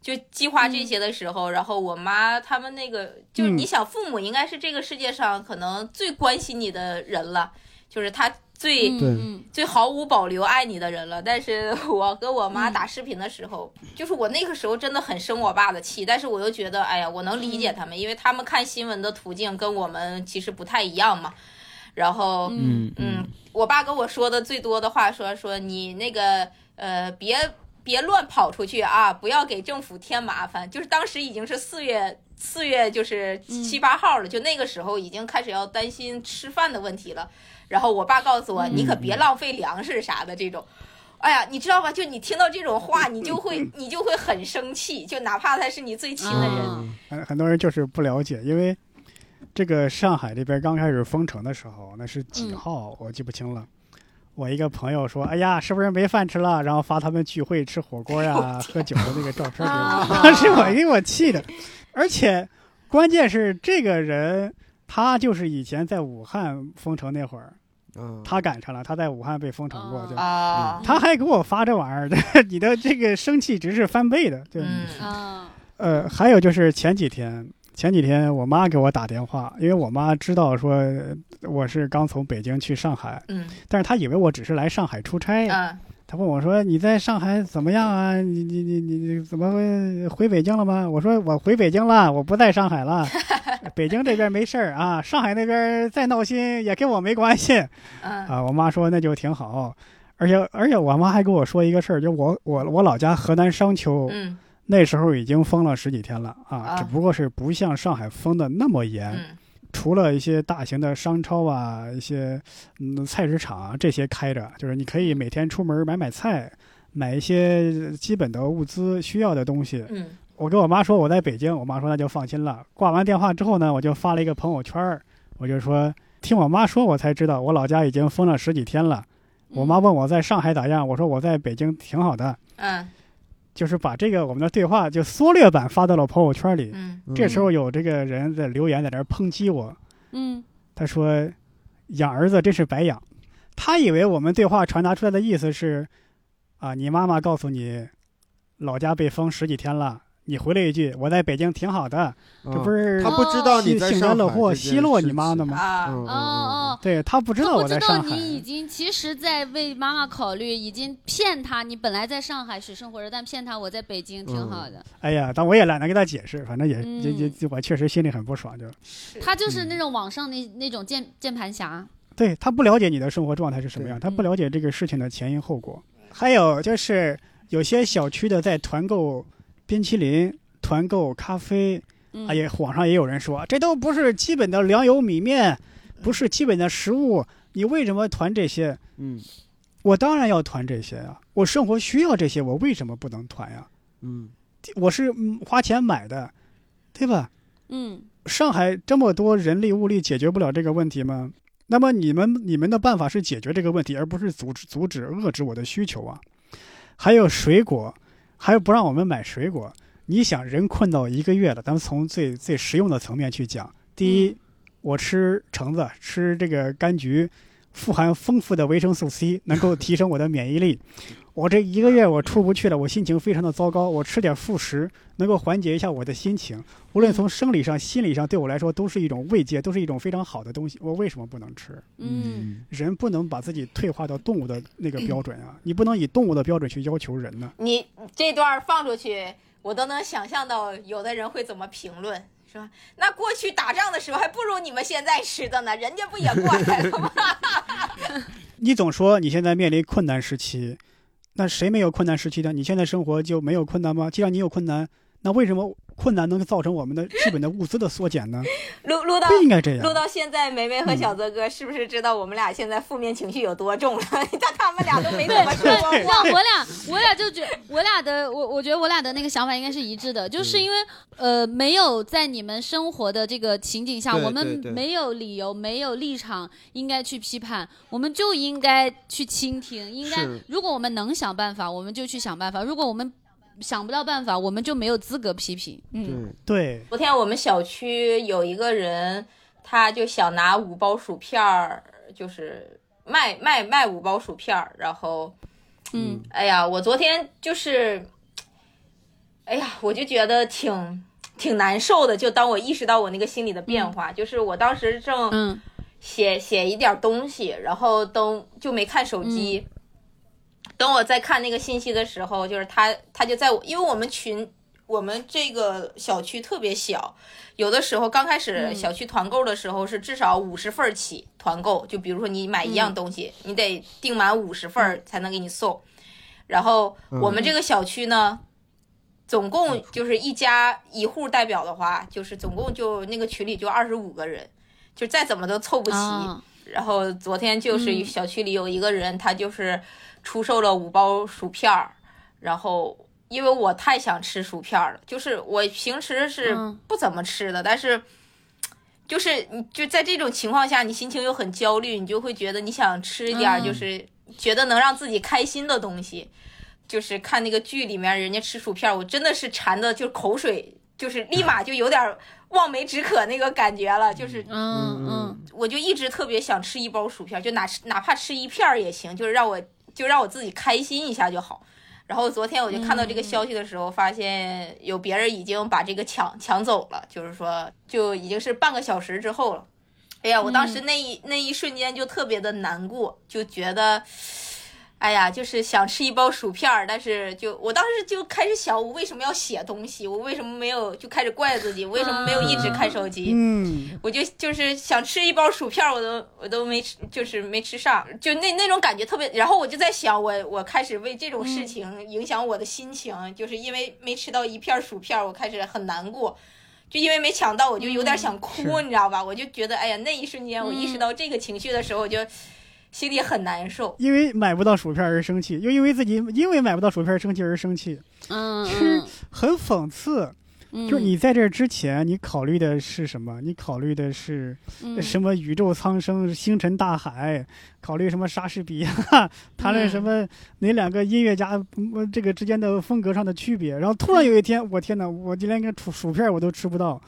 [SPEAKER 2] 就计划这些的时候，然后我妈他们那个，就是
[SPEAKER 1] 嗯
[SPEAKER 2] 你想，父母应该是这个世界上可能最关心你的人了，就是他最、
[SPEAKER 4] 嗯，
[SPEAKER 3] 对
[SPEAKER 4] 嗯
[SPEAKER 2] 最毫无保留爱你的人了。但是 *laughs* 我跟我妈打视频的时候，就是我那个时候真的很生我爸的气，但是我又觉得，哎呀，我能理解他们，因为他们看新闻的途径跟我们其实不太一样嘛。然后，
[SPEAKER 4] 嗯
[SPEAKER 3] 嗯
[SPEAKER 2] 嗯，我爸跟我说的最多的话说说你那个呃别别乱跑出去啊，不要给政府添麻烦。就是当时已经是四月四月就是
[SPEAKER 4] 嗯
[SPEAKER 2] 七八号了，就那个时候已经开始要担心吃饭的问题了。然后我爸告诉我，
[SPEAKER 4] 嗯
[SPEAKER 2] 你可别浪费粮食啥的这种。哎呀，你知道吧？就你听到这种话，你就会你就会很生气，就哪怕他是你最亲的人，
[SPEAKER 4] 嗯
[SPEAKER 1] 很很多人就是不了解，因为这个上海这边刚开始封城的时候，那是几
[SPEAKER 4] 嗯
[SPEAKER 1] 号、我记不清了。我一个朋友说：“哎呀，是不是没饭吃了？”然后发他们聚会吃火锅呀、喝酒的那个照片给我，当时我给我气的。而且关键是这个人，他就是以前在武汉封城那会儿，
[SPEAKER 3] 嗯，
[SPEAKER 1] 他赶上了，他在武汉被封城过，对
[SPEAKER 4] 啊
[SPEAKER 1] 吧？
[SPEAKER 2] 啊，
[SPEAKER 1] 他还给我发这玩意儿， *laughs* 对你的这个生气值是翻倍的，对。
[SPEAKER 2] 嗯
[SPEAKER 4] 啊
[SPEAKER 1] 呃，还有就是前几天，前几天我妈给我打电话，因为我妈知道说我是刚从北京去上海，
[SPEAKER 2] 嗯
[SPEAKER 1] 但是她以为我只是来上海出差。
[SPEAKER 2] 嗯
[SPEAKER 1] 她问我说：“你在上海怎么样啊？你你你你你怎么会回北京了吗？”我说：“我回北京了，我不在上海了。北京这边没事儿啊，上海那边再闹心也跟我没关系。”
[SPEAKER 2] 嗯
[SPEAKER 1] 啊，我妈说那就挺好。而且而且我妈还跟我说一个事儿，就我我我老家河南商丘，
[SPEAKER 2] 嗯
[SPEAKER 1] 那时候已经封了十几天了
[SPEAKER 2] 啊
[SPEAKER 1] 啊，只不过是不像上海封的那么严，
[SPEAKER 2] 嗯
[SPEAKER 1] 除了一些大型的商超啊、一些嗯菜市场啊这些开着，就是你可以每天出门买买菜，买一些基本的物资需要的东西。
[SPEAKER 2] 嗯
[SPEAKER 1] 我跟我妈说我在北京，我妈说那就放心了。挂完电话之后呢，我就发了一个朋友圈儿，我就说听我妈说，我才知道我老家已经封了十几天了。
[SPEAKER 4] 嗯
[SPEAKER 1] 我妈问我在上海咋样，我说我在北京挺好的。
[SPEAKER 2] 嗯
[SPEAKER 1] 就是把这个我们的对话就缩略版发到了朋友圈里。
[SPEAKER 2] 嗯
[SPEAKER 3] 嗯
[SPEAKER 1] 这时候有这个人在留言在那儿抨击我，
[SPEAKER 4] 嗯
[SPEAKER 1] 他说：“养儿子真是白养。”他以为我们对话传达出来的意思是：啊，你妈妈告诉你，老家被封十几天了。你回了一句：“我在北京挺好的。”
[SPEAKER 4] 嗯
[SPEAKER 1] 这不是
[SPEAKER 3] 是嗯他不知道你
[SPEAKER 1] 幸
[SPEAKER 3] 在
[SPEAKER 1] 幸
[SPEAKER 3] 上海
[SPEAKER 1] 灾乐祸
[SPEAKER 3] 这件
[SPEAKER 1] 奚落
[SPEAKER 3] 事
[SPEAKER 1] 你妈的
[SPEAKER 3] 情
[SPEAKER 1] 吗？
[SPEAKER 2] 啊
[SPEAKER 3] 嗯
[SPEAKER 4] 哦
[SPEAKER 3] 嗯
[SPEAKER 4] 哦，
[SPEAKER 1] 对他不知道
[SPEAKER 4] 不
[SPEAKER 1] 我
[SPEAKER 4] 知
[SPEAKER 1] 在
[SPEAKER 4] 道
[SPEAKER 1] 上海。
[SPEAKER 4] 你已经其实，在为妈妈考虑，已经骗她。你本来在上海水深火热，但骗她我在北京挺好的。
[SPEAKER 1] 哎呀，但我也懒得给他解释，反正也
[SPEAKER 4] 嗯
[SPEAKER 1] 也也，我确实心里很不爽，就嗯
[SPEAKER 4] 她就是那种网上那那种键键盘侠。
[SPEAKER 1] 对他不了解你的生活状态是什么样，
[SPEAKER 4] 对嗯
[SPEAKER 1] 他不了解这个事情的前因后果。还有就是有些小区的在团购冰淇淋、团购咖啡，
[SPEAKER 4] 嗯
[SPEAKER 1] 啊，也网上也有人说这都不是基本的粮油米面，不是基本的食物，你为什么团这些？
[SPEAKER 3] 嗯
[SPEAKER 1] 我当然要团这些啊，我生活需要这些，我为什么不能团呀、
[SPEAKER 3] 嗯
[SPEAKER 1] 我是、嗯花钱买的，对吧？
[SPEAKER 4] 嗯
[SPEAKER 1] 上海这么多人力物力解决不了这个问题吗？那么你们你们的办法是解决这个问题，而不是阻止阻止遏制我的需求啊。还有水果，还有不让我们买水果。你想人困到一个月了，咱们从最最实用的层面去讲。第一，我吃橙子，吃这个柑橘，富含丰富的维生素 C，能够提升我的免疫力。我这一个月我出不去了，我心情非常的糟糕，我吃点副食能够缓解一下我的心情。无论从生理上、心理上，对我来说都是一种慰藉，都是一种非常好的东西。我为什么不能吃？
[SPEAKER 4] 嗯，
[SPEAKER 1] 人不能把自己退化到动物的那个标准啊！你不能以动物的标准去要求人呢。
[SPEAKER 2] 你这段放出去，我都能想象到有的人会怎么评论，说那过去打仗的时候还不如你们现在吃的呢，人家不也过来了吗？
[SPEAKER 1] 你总说你现在面临困难时期，那谁没有困难时期呢？你现在生活就没有困难吗？既然你有困难，那为什么困难能造成我们的基本的物资的缩减呢？
[SPEAKER 2] 录录到
[SPEAKER 1] 不应该这
[SPEAKER 2] 录
[SPEAKER 1] 样。
[SPEAKER 2] 到现在，梅梅和小泽哥是不是知道我们俩现在负面情绪有多重了？ *laughs* 但他们俩都没怎么说过
[SPEAKER 4] *laughs* 对，那
[SPEAKER 2] 话。
[SPEAKER 3] *laughs*
[SPEAKER 4] 我俩我俩就觉我俩的我我觉得我俩的那个想法应该是一致的，
[SPEAKER 3] 嗯
[SPEAKER 4] 就是因为呃没有在你们生活的这个情景下，
[SPEAKER 3] 对
[SPEAKER 4] 我
[SPEAKER 3] 对
[SPEAKER 4] 们
[SPEAKER 3] 对
[SPEAKER 4] 没有理由没有立场应该去批判，我们就应该去倾听，应该
[SPEAKER 3] 是
[SPEAKER 4] 如果我们能想办法，我们就去想办法；如果我们想不到办法，我们就没有资格批评。嗯，
[SPEAKER 3] 对，
[SPEAKER 1] 对，
[SPEAKER 2] 昨天我们小区有一个人，他就想拿五包薯片儿，就是卖卖卖五包薯片儿，然后
[SPEAKER 4] 嗯
[SPEAKER 2] 哎呀，我昨天就是，哎呀，我就觉得挺挺难受的。就当我意识到我那个心里的变化，就是我当时正
[SPEAKER 4] 嗯
[SPEAKER 2] 写写一点东西，然后都就没看手机。等我再看那个信息的时候，就是他他就在我，因为我们群我们这个小区特别小，有的时候刚开始
[SPEAKER 4] 嗯
[SPEAKER 2] 小区团购的时候是至少五十份儿起团购，就比如说你买一样东西，
[SPEAKER 4] 嗯
[SPEAKER 2] 你得订满五十份儿才能给你送。然后我们这个小区呢，
[SPEAKER 4] 嗯
[SPEAKER 2] 总共就是一家一户代表的话，就是总共就那个群里就二十五个人，就再怎么都凑不齐。
[SPEAKER 4] 啊
[SPEAKER 2] 然后昨天就是
[SPEAKER 4] 嗯
[SPEAKER 2] 小区里有一个人，他就是出售了五包薯片儿，然后因为我太想吃薯片儿了，就是我平时是
[SPEAKER 4] 嗯
[SPEAKER 2] 不怎么吃的，但是。就是你就在这种情况下，你心情又很焦虑，你就会觉得你想吃一点儿，
[SPEAKER 4] 嗯
[SPEAKER 2] 就是觉得能让自己开心的东西。就是看那个剧里面人家吃薯片儿，我真的是馋的，就是口水，就是立马就有点儿望梅止渴那个感觉了，就是
[SPEAKER 4] 嗯嗯
[SPEAKER 2] 我就一直特别想吃一包薯片，就哪哪怕吃一片儿也行，就是让我就让我自己开心一下就好。然后昨天我就看到这个消息的时候，发现有别人已经把这个抢抢走了，就是说就已经是半个小时之后了。哎呀，我当时那一、那一瞬间就特别的难过，就觉得，哎呀，就是想吃一包薯片儿，但是就我当时就开始想，我为什么要写东西？我为什么没有就开始怪自己，为什么没有一直看手机？
[SPEAKER 1] 嗯，
[SPEAKER 2] 我就就是想吃一包薯片儿，我都我都没吃，就是没吃上，就那那种感觉特别。然后我就在想，我我开始为这种事情影响我的心情，就是因为没吃到一片儿薯片儿，我开始很难过。就因为没抢到，我就有点想哭，
[SPEAKER 3] 是
[SPEAKER 2] 你知道吧？我就觉得，哎呀，那一瞬间我意识
[SPEAKER 4] 嗯
[SPEAKER 2] 到这个情绪的时候，我就心里很难受。
[SPEAKER 1] 因为买不到薯片而生气，又因为自己因为买不到薯片生气而生气，
[SPEAKER 4] 嗯，
[SPEAKER 1] 吃很讽刺。
[SPEAKER 4] 嗯
[SPEAKER 1] 就是你在这之前，你考虑的是什么？你考虑的是
[SPEAKER 4] 嗯
[SPEAKER 1] 什么宇宙苍生、星辰大海，考虑什么莎士比亚，谈论
[SPEAKER 4] 嗯
[SPEAKER 1] 什么哪两个音乐家嗯这个之间的风格上的区别。然后突然有一天，我天哪，我就连个薯薯片我都吃不到。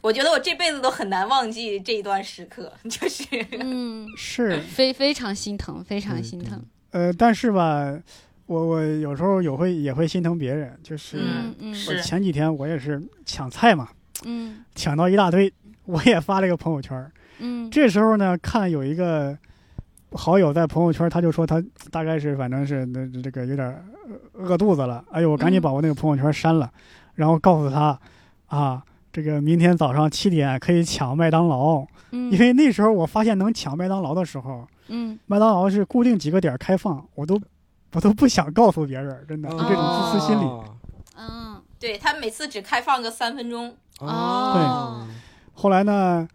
[SPEAKER 2] 我觉得我这辈子都很难忘记这一段时刻， *laughs* 就是
[SPEAKER 4] 嗯，
[SPEAKER 1] 是，
[SPEAKER 4] 非非常心疼，非
[SPEAKER 3] 嗯
[SPEAKER 4] 常心疼。
[SPEAKER 1] 呃，但是吧，我我有时候有会也会心疼别人，就是
[SPEAKER 4] 嗯嗯
[SPEAKER 1] 我
[SPEAKER 2] 是
[SPEAKER 1] 前几天我也是抢菜嘛，
[SPEAKER 4] 嗯
[SPEAKER 1] 抢到一大堆，我也发了一个朋友圈儿。
[SPEAKER 4] 嗯
[SPEAKER 1] 这时候呢，看有一个好友在朋友圈，他就说他大概是反正是那这个有点儿呃饿肚子了，哎呦，我赶紧
[SPEAKER 4] 嗯
[SPEAKER 1] 把我那个朋友圈删了，然后告诉他啊，这个明天早上七点可以抢麦当劳，
[SPEAKER 4] 嗯，
[SPEAKER 1] 因为那时候我发现能抢麦当劳的时候，
[SPEAKER 4] 嗯
[SPEAKER 1] 麦当劳是固定几个点儿开放，我都我都不想告诉别人，真的就这种自私心理。
[SPEAKER 3] 哦
[SPEAKER 4] 嗯
[SPEAKER 2] 对他每次只开放个三分钟，
[SPEAKER 4] 哦
[SPEAKER 1] 后来呢，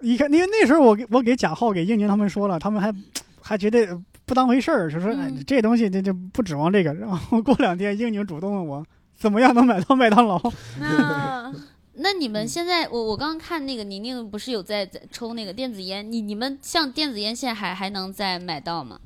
[SPEAKER 1] 一看，因为那时候我给我给贾浩、给英宁他们说了，他们还还觉得不当回事儿，就说、哎
[SPEAKER 4] 嗯
[SPEAKER 1] 这东西这就不指望这个。然后过两天，英宁主动问我怎么样能买到麦当劳。 *laughs*
[SPEAKER 4] 那那你们现在，我我刚刚看那个宁宁不是有在在抽那个电子烟，你你们像电子烟现在还还能再买到吗？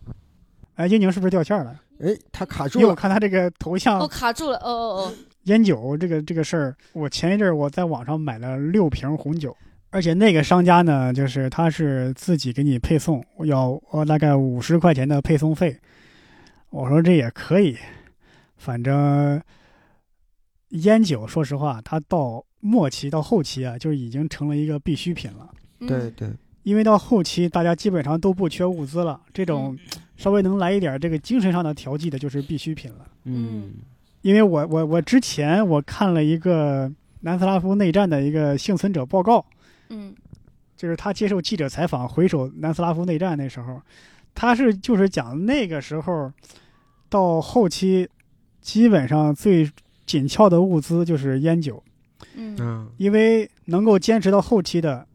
[SPEAKER 1] 哎，英宁是不是掉线儿了？
[SPEAKER 3] 哎，他卡住
[SPEAKER 1] 因为我
[SPEAKER 3] 了，
[SPEAKER 1] 看他这个头像
[SPEAKER 4] 哦，卡住了，哦哦
[SPEAKER 1] 烟酒这个这个事儿，我前一阵儿我在网上买了六瓶红酒，而且那个商家呢，就是他是自己给你配送，要呃大概五十块钱的配送费。我说这也可以，反正烟酒说实话，它到末期到后期啊，就已经成了一个必需品了。
[SPEAKER 4] 哦，
[SPEAKER 3] 对
[SPEAKER 4] 嗯，
[SPEAKER 3] 对，
[SPEAKER 1] 因为到后期大家基本上都不缺物资了，这种稍微能来一点这个精神上的调剂的，就是必需品了。
[SPEAKER 4] 嗯
[SPEAKER 1] 因为我我我之前我看了一个南斯拉夫内战的一个幸存者报告，
[SPEAKER 4] 嗯
[SPEAKER 1] 就是他接受记者采访，回首南斯拉夫内战那时候，他是就是讲那个时候到后期，基本上最紧俏的物资就是烟酒，
[SPEAKER 4] 嗯
[SPEAKER 3] 嗯
[SPEAKER 1] 因为能够坚持到后期的，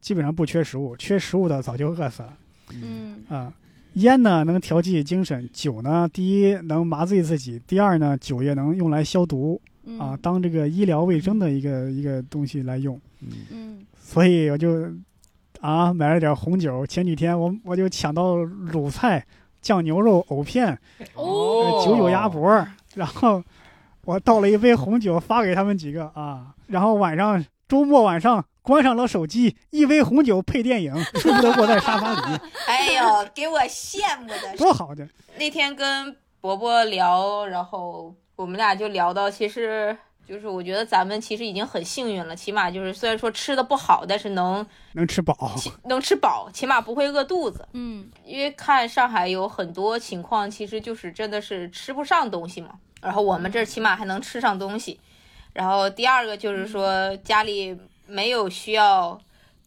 [SPEAKER 1] 基本上不缺食物，缺食物的早就饿死了。
[SPEAKER 3] 嗯
[SPEAKER 4] 嗯
[SPEAKER 1] 啊。烟呢能调剂精神，酒呢，第一能麻醉自己，第二呢，酒也能用来消毒，
[SPEAKER 4] 嗯
[SPEAKER 1] 啊，当这个医疗卫生的一个一个东西来用，
[SPEAKER 3] 嗯
[SPEAKER 4] 嗯
[SPEAKER 1] 所以我就啊买了点红酒。前几天我我就抢到卤菜、酱牛肉、藕片、呃
[SPEAKER 3] 哦
[SPEAKER 1] 九九鸭脖，然后我倒了一杯红酒发给他们几个啊，然后晚上周末晚上关上了手机，一杯红酒配电影，舒服的卧在沙发里，
[SPEAKER 2] 哎呦，给我羡慕的
[SPEAKER 1] 多好的！
[SPEAKER 2] 那天跟伯伯聊，然后我们俩就聊到，其实就是我觉得咱们其实已经很幸运了，起码就是虽然说吃的不好，但是能
[SPEAKER 1] 能吃饱，
[SPEAKER 2] 起能吃饱，起码不会饿肚子。
[SPEAKER 4] 嗯
[SPEAKER 2] 因为看上海有很多情况，其实就是真的是吃不上东西嘛。然后我们这儿起码还能吃上东西。然后第二个就是说
[SPEAKER 1] 嗯
[SPEAKER 2] 家里没有需要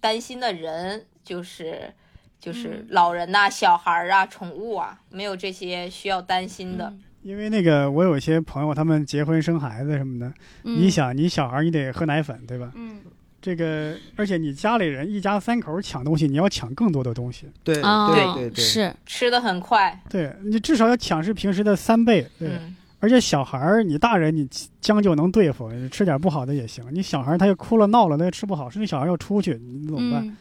[SPEAKER 2] 担心的人，就是就是
[SPEAKER 4] 嗯
[SPEAKER 2] 老人呐、小孩儿啊、宠物啊，没有这些需要担
[SPEAKER 3] 嗯
[SPEAKER 2] 心的。
[SPEAKER 1] 因为那个我有一些朋友他们结婚生孩子什么的，
[SPEAKER 4] 嗯
[SPEAKER 1] 你想你小孩儿你得喝奶粉对吧？
[SPEAKER 4] 嗯
[SPEAKER 1] 这个，而且你家里人一家三口抢东西，你要抢更多的东西，
[SPEAKER 3] 对
[SPEAKER 4] 啊，
[SPEAKER 3] 对对对，
[SPEAKER 4] 是，
[SPEAKER 2] 吃的很快，
[SPEAKER 1] 对你至少要抢是平时的三倍，对。
[SPEAKER 2] 嗯，
[SPEAKER 1] 而且小孩儿，你大人你将就能对付，吃点不好的也行。你小孩儿他又哭了闹了，他又吃不好，甚至小孩儿要出去，你怎么办？
[SPEAKER 4] 嗯，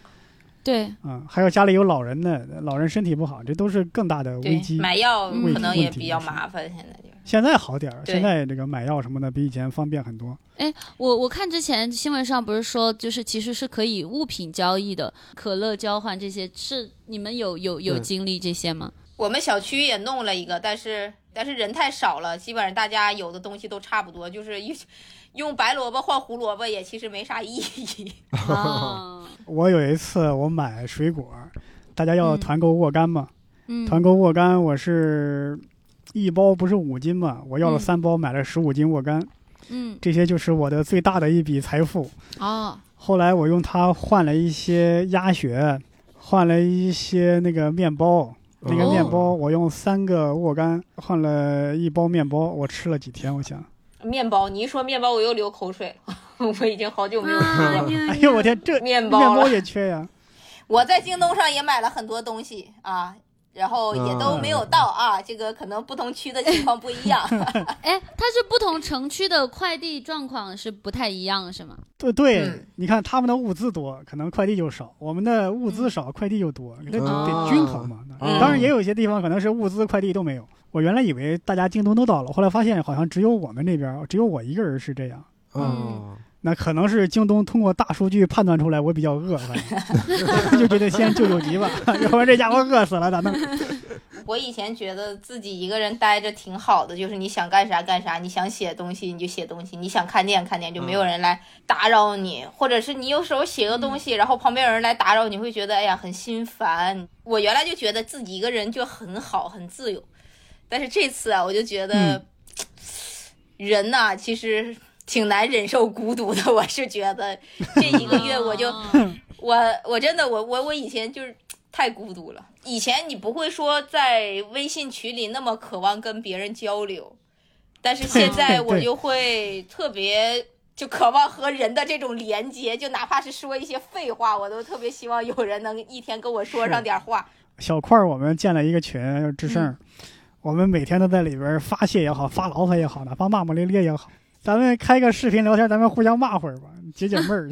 [SPEAKER 4] 对，
[SPEAKER 1] 嗯，还有家里有老人呢，老人身体不好，这都是更大的危
[SPEAKER 2] 对，
[SPEAKER 1] 机。
[SPEAKER 2] 买药
[SPEAKER 4] 嗯
[SPEAKER 2] 可能也比较麻烦，现在就是，
[SPEAKER 1] 现在好点儿，
[SPEAKER 2] 对
[SPEAKER 1] 现在这个买药什么的比以前方便很多。
[SPEAKER 4] 我我看之前新闻上不是说，就是其实是可以物品交易的，可乐交换这些，是你们有有有
[SPEAKER 3] 嗯
[SPEAKER 4] 经历这些吗？
[SPEAKER 2] 我们小区也弄了一个，但是但是人太少了，基本上大家有的东西都差不多，就是用用白萝卜换胡萝卜也其实没啥意义。 *laughs*
[SPEAKER 4] 啊，
[SPEAKER 1] 我有一次我买水果，大家要
[SPEAKER 4] 嗯
[SPEAKER 1] 团购沃柑嘛，
[SPEAKER 4] 嗯，
[SPEAKER 1] 团购沃柑我是一包不是五斤嘛，我要了
[SPEAKER 4] 嗯
[SPEAKER 1] 三包，买了十五斤沃柑，
[SPEAKER 4] 嗯，
[SPEAKER 1] 这些就是我的最大的一笔财富。
[SPEAKER 4] 哦，
[SPEAKER 1] 后来我用它换了一些鸭血，换了一些那个面包。那个
[SPEAKER 4] 哦
[SPEAKER 1] 面包，我用三个沃柑换了一包面包，我吃了几天？我想，
[SPEAKER 2] 面包，你一说面包，我又流口水了， *laughs* 我已经好久没有吃
[SPEAKER 4] 啊
[SPEAKER 2] *laughs* 了。
[SPEAKER 1] 哎呦我天，这
[SPEAKER 2] 面
[SPEAKER 1] 面
[SPEAKER 2] 包啊
[SPEAKER 1] 包
[SPEAKER 2] 了，
[SPEAKER 1] 也缺呀！
[SPEAKER 2] 我在京东上也买了很多东西啊，然后也都没有到啊，这个可能不同区的情况不一样。
[SPEAKER 4] 哎，它是不同城区的快递状况是不太一样，是吗？
[SPEAKER 1] 对对，
[SPEAKER 2] 嗯
[SPEAKER 1] 你看他们的物资多，可能快递就少；我们的物资少，快递就多，那得均衡嘛。
[SPEAKER 3] 嗯
[SPEAKER 1] 当然，也有一些地方可能是物资、快递都没有。我原来以为大家京东都到了，后来发现好像只有我们那边，只有我一个人是这样。
[SPEAKER 3] 嗯，
[SPEAKER 1] 那可能是京东通过大数据判断出来我比较饿，反正 *laughs* 就觉得先救救急吧， *laughs* 要不然这家伙饿死了咋弄？
[SPEAKER 2] 我以前觉得自己一个人待着挺好的，就是你想干啥干啥，你想写东西你就写东西，你想看电影看电影，就没有人来打扰你，或者是你有时候写个东西，然后旁边有人来打扰你，会觉得哎呀很心烦。我原来就觉得自己一个人就很好，很自由，但是这次啊，我就觉得、
[SPEAKER 1] 嗯
[SPEAKER 2] 人呐、其实挺难忍受孤独的。我是觉得这 *laughs* 一个月
[SPEAKER 4] *laughs*
[SPEAKER 2] 我就
[SPEAKER 4] 啊
[SPEAKER 2] *laughs* 我我真的我我我以前就是太孤独了，以前你不会说在微信群里那么渴望跟别人交流，但是现 *laughs*
[SPEAKER 1] 对
[SPEAKER 2] 在
[SPEAKER 1] 对
[SPEAKER 2] 我就会特别就渴望和人的这种连接，就哪怕是说一些废话，我都特别希望有人能一天跟我说
[SPEAKER 1] 是
[SPEAKER 2] 上点话。
[SPEAKER 1] 小块儿我们建了一个群，叫智胜，
[SPEAKER 4] 嗯
[SPEAKER 1] 我们每天都在里边儿发泄也好，发牢骚也好，哪怕骂骂咧咧也好，咱们开个视频聊天，咱们互相骂会儿吧，解解闷儿。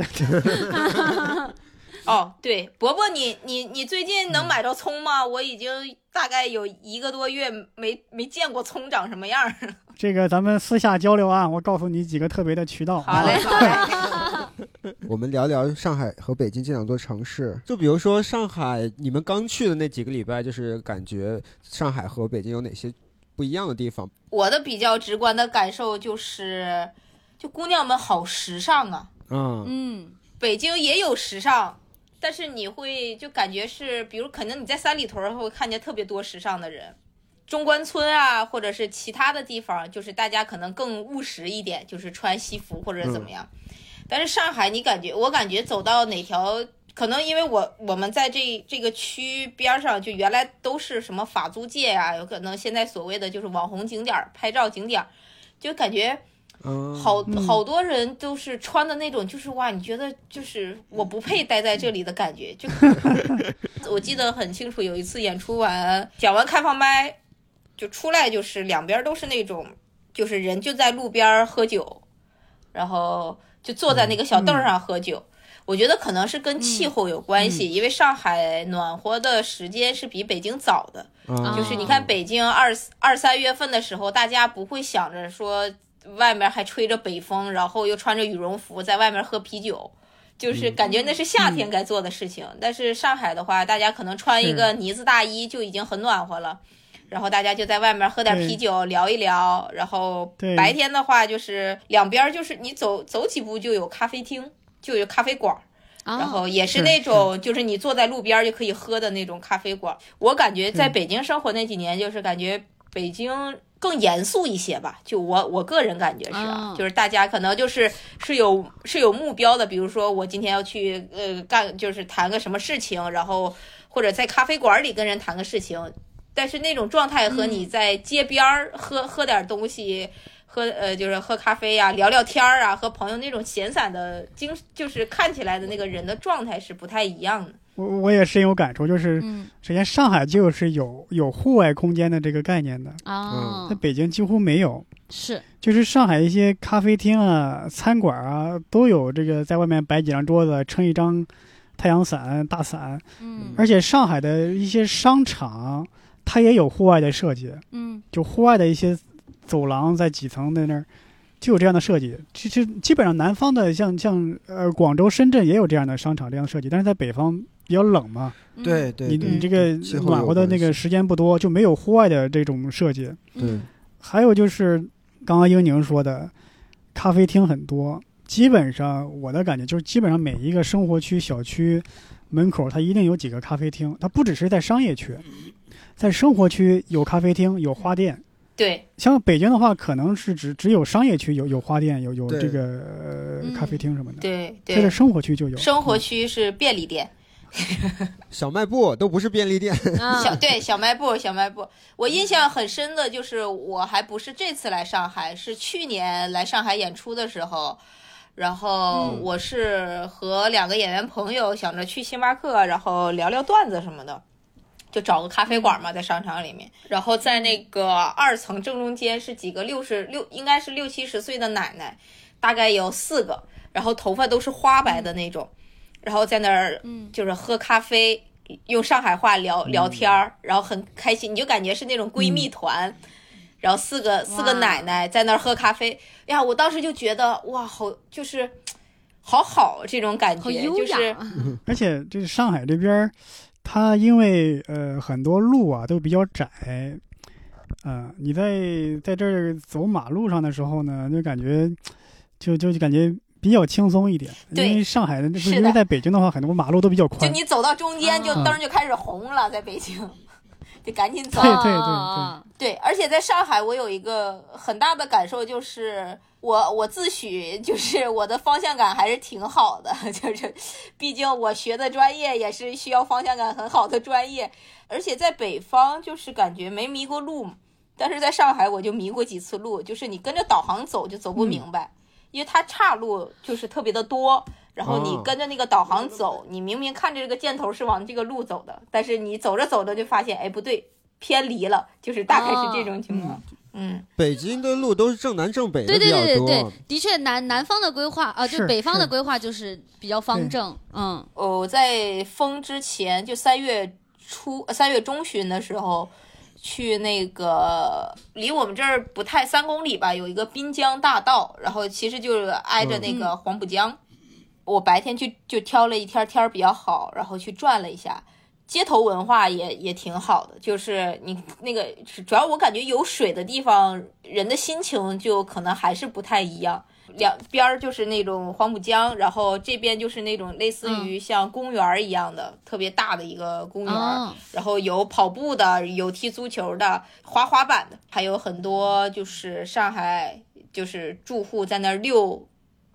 [SPEAKER 2] 哦，对，伯伯你，你你最近能买着葱吗？我已经大概有一个多月没没见过葱长什么样儿。
[SPEAKER 1] 这个咱们私下交流啊，我告诉你几个特别的渠道。啊
[SPEAKER 2] 好嘞，好嘞。 *laughs*
[SPEAKER 3] *laughs* 我们聊聊上海和北京这两座城市。就比如说上海，你们刚去的那几个礼拜，就是感觉上海和北京有哪些不一样的地方？
[SPEAKER 2] 我的比较直观的感受就是，就姑娘们好时尚啊！
[SPEAKER 3] 嗯
[SPEAKER 4] 嗯
[SPEAKER 2] 北京也有时尚，但是你会就感觉是，比如可能你在三里屯儿会看见特别多时尚的人，中关村啊，或者是其他的地方，就是大家可能更务实一点，就是穿西服或者怎么样。但是上海，你感觉我感觉走到哪条，可能因为我我们在这这个区边儿上，就原来都是什么法租界呀、有可能现在所谓的就是网红景点儿、拍照景点儿，就感觉
[SPEAKER 3] 嗯，
[SPEAKER 2] 好
[SPEAKER 1] 嗯
[SPEAKER 2] 好多人都是穿的那种，就是哇，你觉得就是我不配待在这里的感觉。就我记得很清楚，有一次演出完讲完开放麦，就出来就是两边都是那种，就是人就在路边儿喝酒，然后就坐在那个小凳儿上喝酒。我觉得可能是跟气候有关系，因为上海暖和的时间是比北京早的，
[SPEAKER 1] 啊
[SPEAKER 3] 嗯
[SPEAKER 2] 就是你
[SPEAKER 1] 哦
[SPEAKER 2] 看北京二二三月份的时候，大家不会想着说外面还吹着北风，然后又穿着羽绒服在外面喝啤酒，就是
[SPEAKER 1] 嗯
[SPEAKER 2] 感觉那是夏天该做的事情。但是上海的话，大家可能穿一个呢子大衣就已经很暖和了。然后大家就在外面喝点
[SPEAKER 1] 对
[SPEAKER 2] 啤酒，聊一聊。然后
[SPEAKER 1] 对
[SPEAKER 2] 白天的话，就是两边儿就是你走走几步就有咖啡厅，就有咖啡馆儿。
[SPEAKER 4] 啊，
[SPEAKER 2] 然后也
[SPEAKER 1] 是
[SPEAKER 2] 是那种就是你坐在路边儿就可以喝的那种咖啡馆儿。我感觉在
[SPEAKER 1] 对
[SPEAKER 2] 北京生活那几年，就是感觉北京更严肃一些吧。就我我个人感觉是啊
[SPEAKER 4] 啊，
[SPEAKER 2] 就是大家可能就是是有是有目标的，比如说我今天要去呃干就是谈个什么事情，然后或者在咖啡馆儿里跟人嗯谈个事情。但是那种状态和你在街边儿喝、喝点儿东西，喝呃就是喝咖啡呀、聊聊天儿啊，和朋友那种闲散的精，就是看起来的那个人的状态是不太一样的。
[SPEAKER 1] 我我也深有感触，就是
[SPEAKER 4] 嗯
[SPEAKER 1] 首先上海就是有有户外空间的这个概念的，
[SPEAKER 4] 啊
[SPEAKER 1] 在，北京几乎没有。
[SPEAKER 4] 是
[SPEAKER 1] 就是上海一些咖啡厅啊、餐馆啊，都有这个在外面摆几张桌子，撑一张太阳伞、大伞，
[SPEAKER 4] 嗯
[SPEAKER 1] 而且上海的一些商场，它也有户外的设计，
[SPEAKER 4] 嗯
[SPEAKER 1] 就户外的一些走廊在几层的那儿。就有这样的设计，其实基本上南方的像像呃广州、深圳也有这样的商场这样的设计，但是在北方比较冷嘛，
[SPEAKER 4] 嗯
[SPEAKER 3] 对对，
[SPEAKER 1] 你
[SPEAKER 3] 对
[SPEAKER 1] 你这个
[SPEAKER 3] 气候
[SPEAKER 1] 暖
[SPEAKER 3] 有
[SPEAKER 1] 和的
[SPEAKER 3] 关
[SPEAKER 1] 那个
[SPEAKER 3] 系
[SPEAKER 1] 时间不多，就没有户外的这种设计。
[SPEAKER 3] 对
[SPEAKER 4] 嗯
[SPEAKER 1] 还有就是刚刚英宁说的，咖啡厅很多，基本上我的感觉就是，基本上每一个生活区、小区门口，它一定有几个咖啡厅。它不只是在商业区，在生活区有咖啡厅、有花店。
[SPEAKER 2] 对，
[SPEAKER 1] 像北京的话，可能是只只有商业区有有花店、有有
[SPEAKER 3] 对
[SPEAKER 1] 这个、呃
[SPEAKER 4] 嗯
[SPEAKER 1] 咖啡厅什么的，
[SPEAKER 2] 对
[SPEAKER 1] 这个
[SPEAKER 2] 对，
[SPEAKER 1] 生活区就有。
[SPEAKER 2] 生活
[SPEAKER 1] 嗯
[SPEAKER 2] 区是便利店，
[SPEAKER 3] 小卖部都不是便利店，
[SPEAKER 4] 啊
[SPEAKER 2] 嗯小对小卖部，小卖部。我印象很深的就是，我还不是这次来上海，是去年来上海演出的时候，然后
[SPEAKER 4] 嗯
[SPEAKER 2] 我是和两个演员朋友想着去星巴克，然后聊聊段子什么的。就找个咖啡馆嘛，在商场里面，然后在那个二层正中间是几个六十六，应该是六七十岁的奶奶，大概有四个，然后头发都是花白的那种，然后在那儿
[SPEAKER 4] 嗯
[SPEAKER 2] 就是喝咖啡，用上海话聊聊天儿，然后很开心，你就感觉是那种闺蜜团。然后四个四个奶奶在那儿喝咖啡，哎呀，我当时就觉得哇，好就是好好这种感
[SPEAKER 4] 好
[SPEAKER 2] 觉，
[SPEAKER 4] 优
[SPEAKER 2] 就
[SPEAKER 4] 雅
[SPEAKER 2] 是
[SPEAKER 1] 而且这上海这边儿，它因为呃很多路啊都比较窄，呃，你在在这儿走马路上的时候呢，就感觉就就感觉比较轻松一点。
[SPEAKER 2] 对
[SPEAKER 1] 因为上海的不
[SPEAKER 2] 是的
[SPEAKER 1] 因为在北京的话，很多马路都比较
[SPEAKER 2] 就
[SPEAKER 1] 宽。
[SPEAKER 2] 你走到中间就
[SPEAKER 4] 嗯
[SPEAKER 2] 灯儿就开始红了，在北京，就哦赶紧走。
[SPEAKER 1] 对对对
[SPEAKER 4] 啊
[SPEAKER 2] 对，而且在上海，我有一个很大的感受就是我，我自诩就是我的方向感还是挺好的， *laughs* 就是毕竟我学的专业也是需要方向感很好的专业，而且在北方就是感觉没迷过路，但是在上海我就迷过几次路，就是你跟着导航走就走不明白，因为它岔路就是特别的多。然后你
[SPEAKER 3] 哦
[SPEAKER 2] 跟着那个导航走，你明明看着这个箭头是往这个路走的，但是你走着走着就发现，哎，不对，偏离了，就是大概是这种情况。嗯，
[SPEAKER 3] 北京的路都是正南正北的
[SPEAKER 4] 对
[SPEAKER 3] 比
[SPEAKER 4] 对
[SPEAKER 3] 较
[SPEAKER 4] 对对
[SPEAKER 3] 多。
[SPEAKER 4] 对，的确南南方的规划啊，就是北方的
[SPEAKER 1] 是
[SPEAKER 4] 规划就是比较方
[SPEAKER 1] 对
[SPEAKER 4] 正，
[SPEAKER 2] *laughs*
[SPEAKER 4] 嗯
[SPEAKER 2] 哦我在封之前，就三月初、呃三月中旬的时候，去那个离我们这儿不太三公里吧，有一个滨江大道，然后其实就是挨着那个黄浦江。我白天去就挑了一天天儿比较好，然后去转了一下。街头文化也也挺好的，就是你那个主要我感觉有水的地方，人的心情就可能还是不太一样。两边儿就是那种黄浦江，然后这边就是那种类似于像公园儿一样的、特别大的一个公园儿，
[SPEAKER 4] 啊
[SPEAKER 2] 然后有跑步的，有踢足球的，滑滑板的，还有很多就是上海就是住户在那儿遛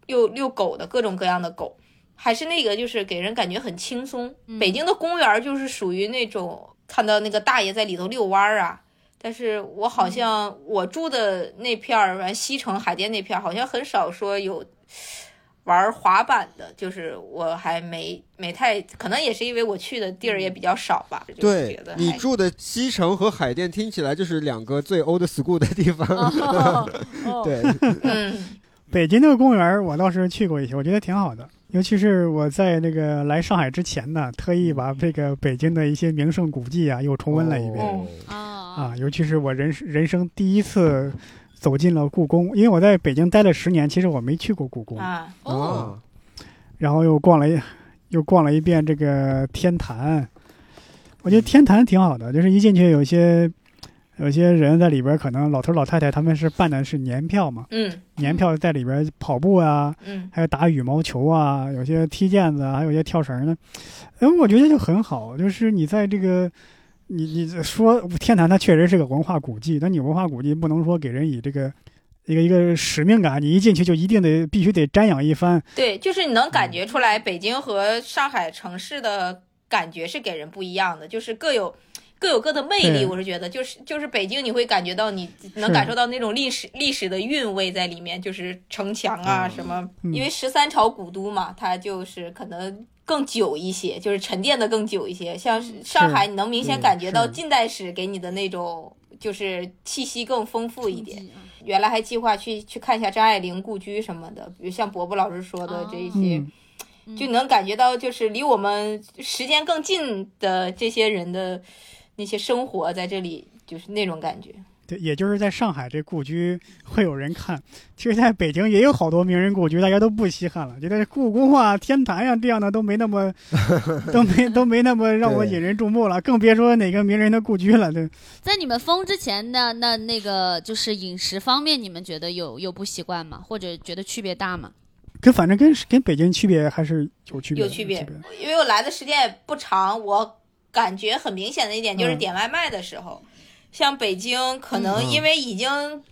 [SPEAKER 2] 遛遛狗的各种各样的狗，还是那个就是给人感觉很轻松。
[SPEAKER 4] 嗯
[SPEAKER 2] 北京的公园儿就是属于那种看到那个大爷在里头遛弯儿啊。但是我好像我住的那片儿，完西城海淀那片儿，好像很少说有玩滑板的，就是我还没没太，可能也是因为我去的地儿也比较少吧，就是
[SPEAKER 3] 对
[SPEAKER 2] 觉得
[SPEAKER 3] 你
[SPEAKER 2] 还
[SPEAKER 3] 住的西城和海淀听起来就是两个最 old school 的地方，
[SPEAKER 4] 哦
[SPEAKER 1] *laughs*
[SPEAKER 4] 哦
[SPEAKER 3] 对，
[SPEAKER 2] 嗯
[SPEAKER 1] 北京那个公园儿我倒是去过一些，我觉得挺好的。尤其是我在那个来上海之前呢，特意把这个北京的一些名胜古迹啊又重温了一遍。
[SPEAKER 2] 哦
[SPEAKER 4] 啊啊
[SPEAKER 1] 啊，尤其是我人生人生第一次走进了故宫，因为我在北京待了十年，其实我没去过故宫，
[SPEAKER 2] 啊，
[SPEAKER 4] 哦
[SPEAKER 3] 啊，
[SPEAKER 1] 然后又逛了一又逛了一遍这个天坛，我觉
[SPEAKER 2] 嗯
[SPEAKER 1] 得天坛挺好的，就是一进去有一些有些人在里边，可能老头老太太他们是办的是年票嘛，
[SPEAKER 2] 嗯
[SPEAKER 1] 年票在里边跑步啊，
[SPEAKER 2] 嗯
[SPEAKER 1] 还有打羽毛球啊，有些踢毽子啊，还有一些跳绳的。哎，我觉得就很好，就是你在这个，你你说天坛它确实是个文化古迹，但你文化古迹不能说给人以这个一个一个使命感，你一进去就一定得必须得瞻仰一番。
[SPEAKER 2] 对，就是你能感觉出来北京和上海城市的感觉是给人不一样的，就是各有各有各的魅力。
[SPEAKER 1] 对
[SPEAKER 2] 我是觉得，就是就是北京，你会感觉到你能
[SPEAKER 1] 是
[SPEAKER 2] 感受到那种历史历史的韵味在里面，就是城墙啊
[SPEAKER 3] 嗯
[SPEAKER 2] 什么，
[SPEAKER 1] 嗯
[SPEAKER 2] 因为十三朝古都嘛，它就是可能。更久一些，就是沉淀的更久一些。像是上海，你能明显
[SPEAKER 3] 嗯
[SPEAKER 2] 感觉到
[SPEAKER 3] 是
[SPEAKER 2] 近代史给你的那种，就是气息更丰富一点。
[SPEAKER 4] 嗯
[SPEAKER 2] 原来还计划去去看一下张爱玲故居什么的，比如像伯伯老师说的这一些，
[SPEAKER 1] 嗯，
[SPEAKER 2] 就能感觉到就是离我们时间更近的这些人的那些生活在这里，就是那种感觉。
[SPEAKER 1] 对，也就是在上海这故居会有人看，其实在北京也有好多名人故居，大家都不稀罕了，觉得故宫啊、天坛呀、这样的都没那么，都没都没那么让我
[SPEAKER 3] 对
[SPEAKER 1] 引人注目了，更别说哪个名人的故居了，对。
[SPEAKER 4] 在你们封之前那那那个就是饮食方面，你们觉得有有不习惯吗？或者觉得区别大吗？
[SPEAKER 1] 跟反正跟跟北京区别还是有区别的，
[SPEAKER 2] 有区别因为我来的时间也不长，我感觉很明显的一点就是
[SPEAKER 1] 嗯
[SPEAKER 2] 点外卖的时候，像北京可能
[SPEAKER 3] 嗯
[SPEAKER 2] 因为已经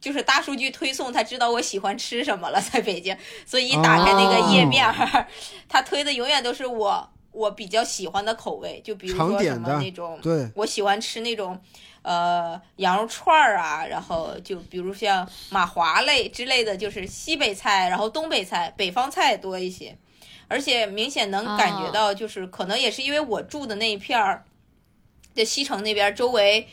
[SPEAKER 2] 就是大数据推送，他知道我喜欢吃什么了，在北京，所以一打开那
[SPEAKER 3] 哦
[SPEAKER 2] 个页面儿， *laughs* 他、推的永远都是我我比较喜欢的口味，就比如
[SPEAKER 3] 常
[SPEAKER 2] 说
[SPEAKER 3] 点
[SPEAKER 2] 什
[SPEAKER 3] 的
[SPEAKER 2] 么那种
[SPEAKER 3] 啊对，
[SPEAKER 2] 我喜欢吃那种，呃，羊肉串儿啊，然后就比如像马华类之类的，就是西北菜，然后东北菜、北方菜多一些，而且明显能感觉到，就是、可能也是因为我住的那一片儿，在西城那边儿周围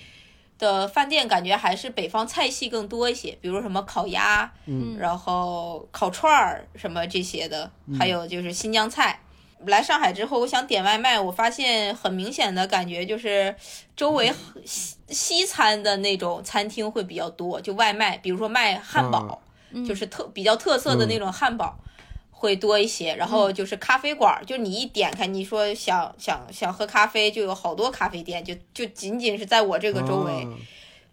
[SPEAKER 2] 的饭店，感觉还是北方菜系更多一些，比如什么烤鸭，
[SPEAKER 3] 嗯，
[SPEAKER 2] 然后烤串儿什么这些的，还有就是新疆菜。来上海之后，我想点外卖，我发现很明显的感觉就是，周围西西餐的那种餐厅会比较多，就外卖，比如说卖汉堡，
[SPEAKER 4] 嗯
[SPEAKER 2] 就是特比较特色的那种汉堡会多一些。然后就是咖啡馆儿，就你一点开，你说想想想喝咖啡，就有好多咖啡店，就就仅仅是在我这
[SPEAKER 3] 这
[SPEAKER 2] 个周围。
[SPEAKER 3] 啊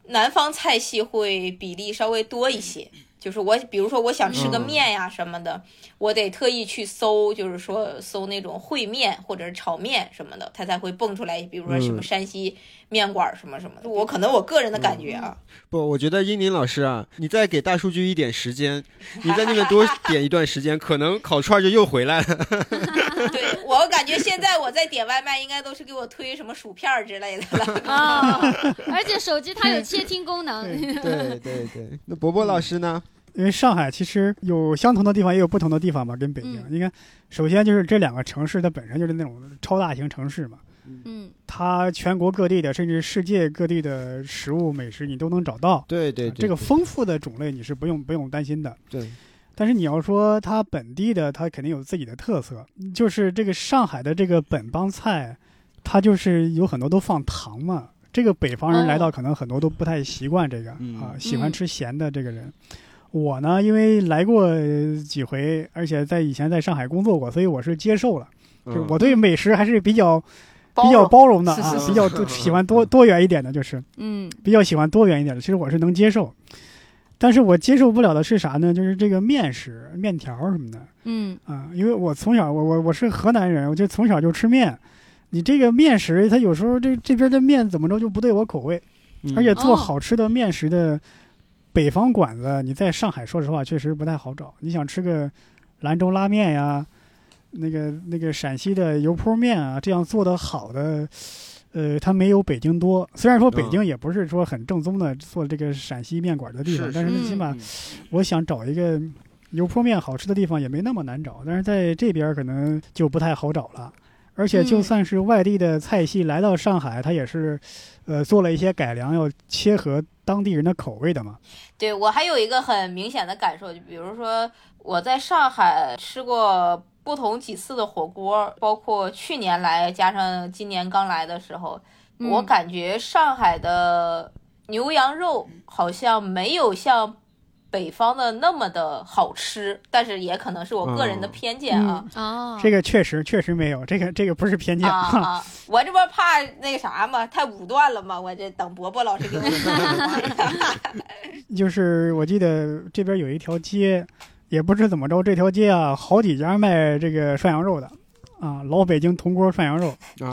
[SPEAKER 2] 南方菜系会比例稍微多一些。就是我，比如说我想吃个面
[SPEAKER 1] 嗯
[SPEAKER 2] 呀什么的，我得特意去搜，就是说搜那种烩面或者是炒面什么的，它才会蹦出来。比如说什么
[SPEAKER 3] 嗯
[SPEAKER 2] 山西面馆儿什么什
[SPEAKER 1] 嗯
[SPEAKER 2] 么的，我可能我个人的感觉啊，
[SPEAKER 3] 不，我觉得英宁老师啊，你再给大数据一点时间，你在那边多点一段时间，可能烤串就又回来了。
[SPEAKER 1] 嗯
[SPEAKER 2] 对我感觉现在我在点外卖，应该都是给我推什么薯片儿之类的了。
[SPEAKER 4] 啊、而且手机它有窃听功
[SPEAKER 2] 啊
[SPEAKER 4] 能，
[SPEAKER 3] 对对 *laughs* 对，那伯伯老师呢？
[SPEAKER 1] 因为上海其实有相同的地方，也有不同的地方吧，跟北京。
[SPEAKER 4] 嗯
[SPEAKER 1] 你看，首先就是这两个城市，它本身就是那种超大型城市嘛，
[SPEAKER 4] 嗯，
[SPEAKER 1] 它全国各地的，甚至世界各地的食物美食你都能找到。
[SPEAKER 3] 对对
[SPEAKER 1] 啊这个丰富的种类你是不用不用担心的。
[SPEAKER 3] 对，
[SPEAKER 1] 但是你要说它本地的，它肯定有自己的特色，就是这个上海的这个本帮菜，它就是有很多都放糖嘛。这个北方人来到，可能很多都不太习惯这个、
[SPEAKER 3] 哦嗯
[SPEAKER 1] 啊，喜欢吃咸的这个人。我呢，因为来过几回，而且在以前在上海工作过，所以我是接受了，
[SPEAKER 3] 嗯
[SPEAKER 1] 就是我对美食还是比较比较 *laughs* 包容的啊，
[SPEAKER 3] 是是
[SPEAKER 1] 比较多喜欢多多元一点的，就是。
[SPEAKER 4] 嗯
[SPEAKER 1] 比较喜欢多元一点的，其实我是能接受，但是我接受不了的是啥呢？就是这个面食、面条什么的
[SPEAKER 4] 嗯
[SPEAKER 1] 啊，因为我从小我我我是河南人，我就从小就吃面。你这个面食，它有时候这这边的面怎么着就不对我口味，
[SPEAKER 3] 嗯
[SPEAKER 1] 而且做
[SPEAKER 4] 哦
[SPEAKER 1] 好吃的面食的北方馆子，你在上海说实话确实不太好找。你想吃个兰州拉面呀，那个那个陕西的油泼面啊，这样做的好的，呃，它没有北京多。虽然说北京
[SPEAKER 3] 嗯
[SPEAKER 1] 也不是说很正宗的做这个陕西面馆的地方，
[SPEAKER 3] 是
[SPEAKER 1] 但是
[SPEAKER 4] 是
[SPEAKER 1] 起
[SPEAKER 4] 嗯
[SPEAKER 1] 码我想找一个油泼面好吃的地方也没那么难找，但是在这边可能就不太好找了。而且就
[SPEAKER 4] 嗯
[SPEAKER 1] 算是外地的菜系来到上海，它也是，呃，做了一些改良，要切合当地人的口味的嘛。
[SPEAKER 2] 对我还有一个很明显的感受，就比如说我在上海吃过不同几次的火锅，包括去年来加上今年刚来的时候，
[SPEAKER 4] 嗯
[SPEAKER 2] 我感觉上海的牛羊肉好像没有像北方的那么的好吃，但是也可能是我个人的
[SPEAKER 3] 嗯
[SPEAKER 2] 偏见啊。
[SPEAKER 4] 哦，
[SPEAKER 1] 这个确实确实没有，这个这个不是偏见。
[SPEAKER 2] 啊啊！我这不怕那个啥嘛，太武断了嘛，我这等伯伯老师给我
[SPEAKER 1] *laughs* 就是我记得这边有一条街，也不知怎么着，这条街啊，好几家卖这个涮羊肉的，啊，老北京铜锅涮羊肉，
[SPEAKER 3] 啊，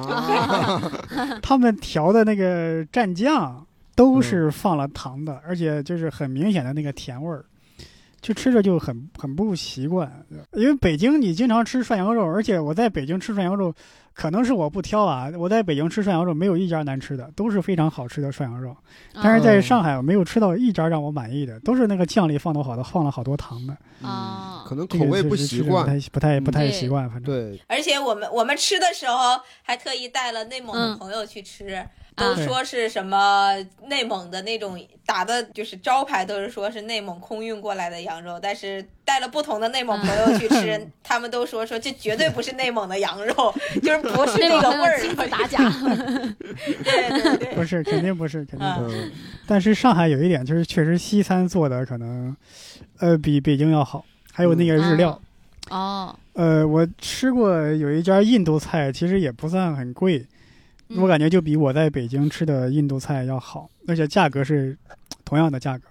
[SPEAKER 4] 啊，
[SPEAKER 1] 他们调的那个
[SPEAKER 3] 嗯
[SPEAKER 1] 蘸酱都是放了糖的，而且就是很明显的那个甜味儿。就吃着就很很不习惯，因为北京你经常吃涮羊肉，而且我在北京吃涮羊肉，可能是我不挑啊，我在北京吃涮羊肉没有一家难吃的，都是非常好吃的涮羊
[SPEAKER 3] 啊
[SPEAKER 1] 肉。
[SPEAKER 4] 哦
[SPEAKER 1] 但是在上海我没有吃到一家让我满意的，都是那个酱里放的好的，放了好多糖的，
[SPEAKER 4] 啊，
[SPEAKER 3] 嗯可能
[SPEAKER 1] 这
[SPEAKER 3] 口
[SPEAKER 1] 个
[SPEAKER 3] 味
[SPEAKER 1] 确
[SPEAKER 3] 不
[SPEAKER 1] 实
[SPEAKER 3] 习
[SPEAKER 1] 是
[SPEAKER 3] 惯。
[SPEAKER 1] 不太不太不太
[SPEAKER 4] 嗯
[SPEAKER 1] 习惯，反正
[SPEAKER 3] 对，
[SPEAKER 2] 而且我们我们吃的时候还特意带了内蒙的
[SPEAKER 4] 嗯
[SPEAKER 2] 朋友去吃，
[SPEAKER 4] 啊
[SPEAKER 2] 都说是什么内蒙的那种打的，就是招牌都是说是内蒙空运过来的羊肉，但是带了不同的内蒙朋友去吃，
[SPEAKER 4] *laughs*
[SPEAKER 2] 他们都说说这绝对不是内蒙的羊肉，就是不是
[SPEAKER 4] 内
[SPEAKER 2] 这
[SPEAKER 4] 蒙
[SPEAKER 2] 个
[SPEAKER 4] 朋
[SPEAKER 2] 味儿
[SPEAKER 4] 友。亲自打假，
[SPEAKER 1] *laughs*
[SPEAKER 2] 对对对，
[SPEAKER 1] 不是肯定不是肯定不是。
[SPEAKER 2] 啊
[SPEAKER 3] 嗯，
[SPEAKER 1] 但是上海有一点就是，确实西餐做的可能，呃，比北京要好。还有那个日料，
[SPEAKER 4] 哦，
[SPEAKER 1] 呃，我吃过有一家印度菜，其实也不算很贵，
[SPEAKER 4] 嗯
[SPEAKER 1] 我感觉就比我在北京吃的印度菜要好，而且价格是同样的价格。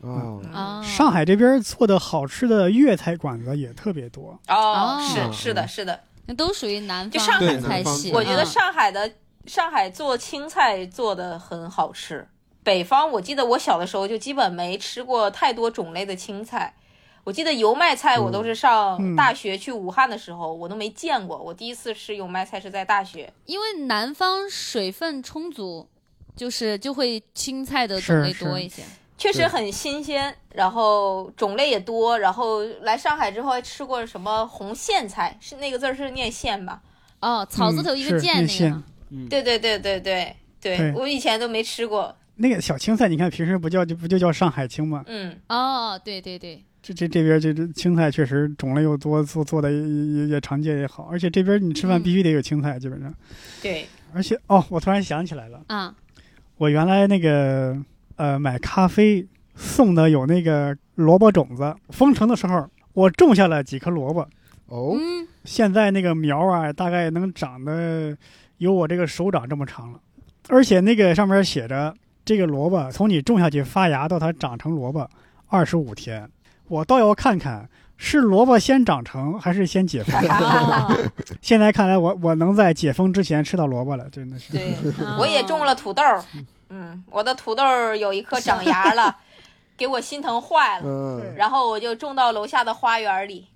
[SPEAKER 3] 哦，
[SPEAKER 4] 哦，
[SPEAKER 1] 嗯上海这边做的好吃的粤菜馆子也特别多，
[SPEAKER 2] 哦，
[SPEAKER 3] 哦
[SPEAKER 2] 是是的，是的，
[SPEAKER 4] 那都属于南
[SPEAKER 2] 就
[SPEAKER 4] 方
[SPEAKER 2] 上
[SPEAKER 3] 海
[SPEAKER 4] 菜系，
[SPEAKER 3] 对
[SPEAKER 2] 我觉得
[SPEAKER 4] 嗯
[SPEAKER 2] 上海的上海做青菜做的很好吃，北方我记得我小的时候就基本没吃过太多种类的青菜。我记得油麦菜，我都是
[SPEAKER 1] 嗯
[SPEAKER 2] 上大学去武汉的时候，我都没见过。我第一次吃油麦菜是在大学。
[SPEAKER 4] 因为南方水分充足，就是就会青菜的
[SPEAKER 1] 是
[SPEAKER 4] 种类
[SPEAKER 1] 是
[SPEAKER 4] 多一些。
[SPEAKER 2] 确实很新鲜，然后种类也多，然后来上海之后还吃过什么红苋菜，是那个字儿是念苋吧？
[SPEAKER 4] 哦，草字头一个
[SPEAKER 1] 嗯是
[SPEAKER 4] 箭
[SPEAKER 1] 面
[SPEAKER 4] 那个
[SPEAKER 1] 线，
[SPEAKER 3] 嗯，
[SPEAKER 2] 对对对对对
[SPEAKER 1] 对
[SPEAKER 2] 对，我以前都没吃过。
[SPEAKER 1] 那个小青菜，你看平时不叫就不就叫上海青吗？
[SPEAKER 2] 嗯，
[SPEAKER 4] 哦，对对对，
[SPEAKER 1] 这这这边这这青菜确实种类又多，做做的也也也常见也好，而且这边你吃饭
[SPEAKER 4] 嗯
[SPEAKER 1] 必须得有青菜，基本上。
[SPEAKER 2] 对，
[SPEAKER 1] 而且哦，我突然想起
[SPEAKER 2] 嗯
[SPEAKER 1] 来了，
[SPEAKER 4] 啊，
[SPEAKER 1] 我原来那个呃买咖啡送的有那个萝卜种子，封城的时候我种下了几颗萝卜，
[SPEAKER 3] 哦，
[SPEAKER 4] 嗯，
[SPEAKER 1] 现在那个苗啊大概能长得有我这个手掌这么长了，而且那个上面写着这个萝卜从你种下去发芽到它长成萝卜二十五天，我倒要看看。是萝卜先长成还是先解封？ *laughs*
[SPEAKER 4] 哦，
[SPEAKER 1] 现在看来我，我能在解封之前吃到萝卜了，真的是。
[SPEAKER 2] 对，我也种
[SPEAKER 4] 哦
[SPEAKER 2] 了土豆儿，嗯，我的土豆儿有一颗长芽了，给我心疼坏了。
[SPEAKER 3] 嗯，
[SPEAKER 2] 然后我就种到楼下的花园里，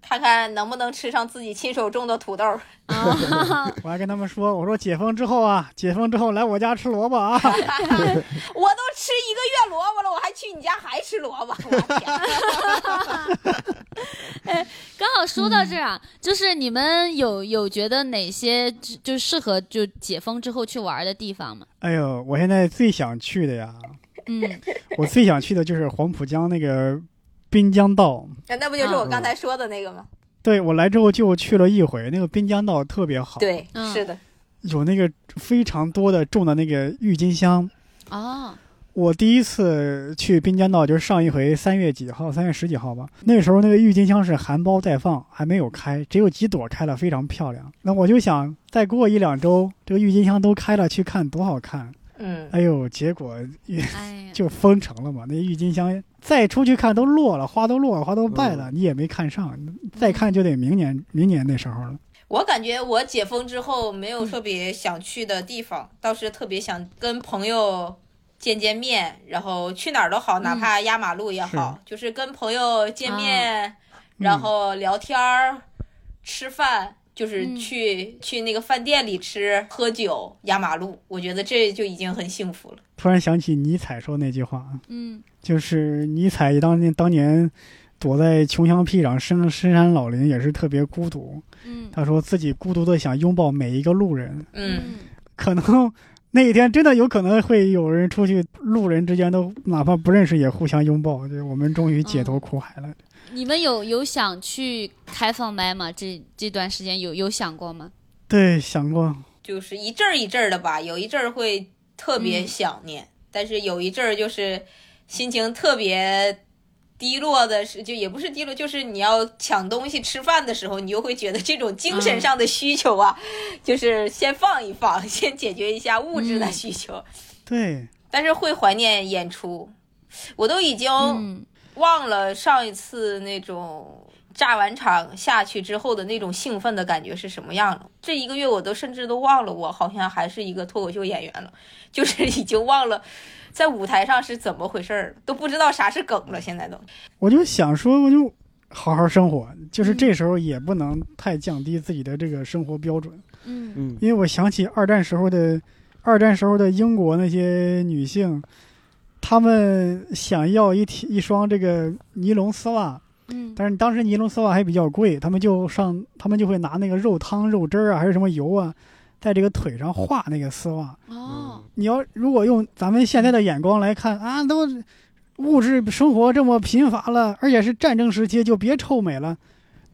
[SPEAKER 2] 看看能不能吃上自己亲手种的土豆儿。
[SPEAKER 4] 啊，
[SPEAKER 1] *laughs* 我还跟他们说，我说解封之后啊，解封之后来我家吃萝卜啊。 *laughs*
[SPEAKER 2] 我都吃一个月萝卜了，我还去你家还吃萝卜，我的天！ *laughs*
[SPEAKER 4] 刚好说到这儿啊，就是你们有有觉得哪些就就适合就解封之后去玩的地方吗？
[SPEAKER 1] 哎呦，我现在最想去的呀，
[SPEAKER 4] 嗯，
[SPEAKER 2] *laughs*
[SPEAKER 1] 我最想去的就是黄浦江那个滨江道。
[SPEAKER 2] 啊那不就是我刚才说的那个吗？
[SPEAKER 1] 对我来之后就去了一回，那个滨江道特别好，，
[SPEAKER 2] 对，
[SPEAKER 4] 嗯
[SPEAKER 2] 是的，
[SPEAKER 1] 有那个非常多的种的那个郁金香。
[SPEAKER 4] 哦，
[SPEAKER 1] 我第一次去滨江道就是上一回三月几号，三月十几号吧。那时候那个郁金香是含苞待放，还没有开，只有几朵开了，非常漂亮。那我就想再过一两周，这个郁金香都开了，去看多好看。
[SPEAKER 2] 嗯，
[SPEAKER 1] 哎呦，结果
[SPEAKER 4] 哎呀，
[SPEAKER 1] 就封城了嘛，那郁金香再出去看都落了，花都落了，花都败了，你也没看上，再看就得明年明年那时候了。
[SPEAKER 2] 我感觉我解封之后没有特别想去的地方，倒是特别想跟朋友见见面，然后去哪儿都好，哪怕压马路也好，就是跟朋友见面，然后聊天儿、吃饭，就是
[SPEAKER 4] 嗯
[SPEAKER 2] 去、去那个饭店里吃、喝酒、压马路，我觉得这就已经很幸福了。
[SPEAKER 1] 突然想起尼采说那句话，啊
[SPEAKER 4] 嗯，
[SPEAKER 1] 就是尼采当年当年躲在穷乡僻壤、深深山老林也是特别孤独。
[SPEAKER 4] 嗯，
[SPEAKER 1] 他说自己孤独的想拥抱每一个路人，
[SPEAKER 2] 嗯，
[SPEAKER 1] 可能那一天真的有可能会有人出去，路人之间都哪怕不认识也互相拥抱。就我们终于解脱苦海了。
[SPEAKER 4] 你们有有想去开放麦吗？这这段时间有有想过吗？
[SPEAKER 1] 对，想过
[SPEAKER 2] 就是一阵儿一阵儿的吧，有一阵儿会特
[SPEAKER 4] 嗯
[SPEAKER 2] 别想念，但是有一阵儿就是心情特别。低落的是，就也不是低落，就是你要抢东西吃饭的时候，你就会觉得这种精
[SPEAKER 4] 嗯
[SPEAKER 2] 神上的需求啊，就是先放一放，先解决一下物质的
[SPEAKER 4] 嗯
[SPEAKER 2] 需求。
[SPEAKER 1] 对，
[SPEAKER 2] 但是会怀念演出。我都已经
[SPEAKER 4] 嗯，
[SPEAKER 2] 忘了上一次那种炸完场下去之后的那种兴奋的感觉是什么样了。这一个月我都甚至都忘了，我好像还是一个脱口秀演员了，就是已经忘了在舞台上是怎么回事儿，都不知道啥是梗了，现在都。
[SPEAKER 1] 我就想说，我就好好生活，就是这时候也不能太降低自己的这个生活标准，
[SPEAKER 4] 嗯
[SPEAKER 3] 嗯，
[SPEAKER 1] 因为我想起二战时候的，二战时候的英国那些女性，她们想要一体一双这个尼龙丝袜，
[SPEAKER 4] 嗯
[SPEAKER 1] 但是当时尼龙丝袜还比较贵，他们就上，他们就会拿那个肉汤、肉汁儿啊，还是什么油啊，在这个腿上画那个丝袜。
[SPEAKER 4] 哦，
[SPEAKER 1] 你要如果用咱们现在的眼光来看啊，都物质生活这么贫乏了，而且是战争时期，就别臭美了。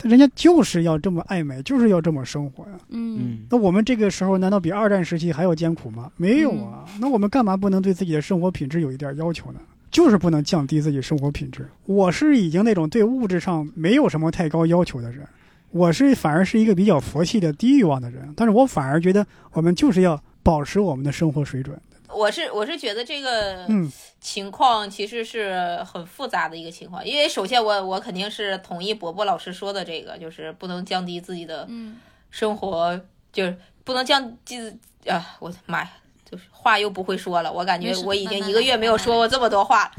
[SPEAKER 1] 但人家就是要这么爱美，就是要这么生活呀、
[SPEAKER 4] 嗯
[SPEAKER 1] 那我们这个时候难道比二战时期还要艰苦吗？没有啊。那我们干嘛不能对自己的生活品质有一点要求呢？就是不能降低自己生活品质。我是已经那种对物质上没有什么太高要求的人，我是反而是一个比较佛系的低欲望的人。但是我反而觉得我们就是要保持我们的生活水准。
[SPEAKER 2] 我是我是觉得这个
[SPEAKER 1] 嗯
[SPEAKER 2] 情况其实是很复杂的一个情况，因为首先我我肯定是同意伯伯老师说的这个，就是不能降低自己的
[SPEAKER 4] 嗯
[SPEAKER 2] 生活，就是不能降低啊！我的妈呀，就是话又不会说了，我感觉
[SPEAKER 4] 没事
[SPEAKER 2] 我已经
[SPEAKER 4] 慢慢
[SPEAKER 2] 一个
[SPEAKER 4] 来
[SPEAKER 2] 月没有说过这么多话了，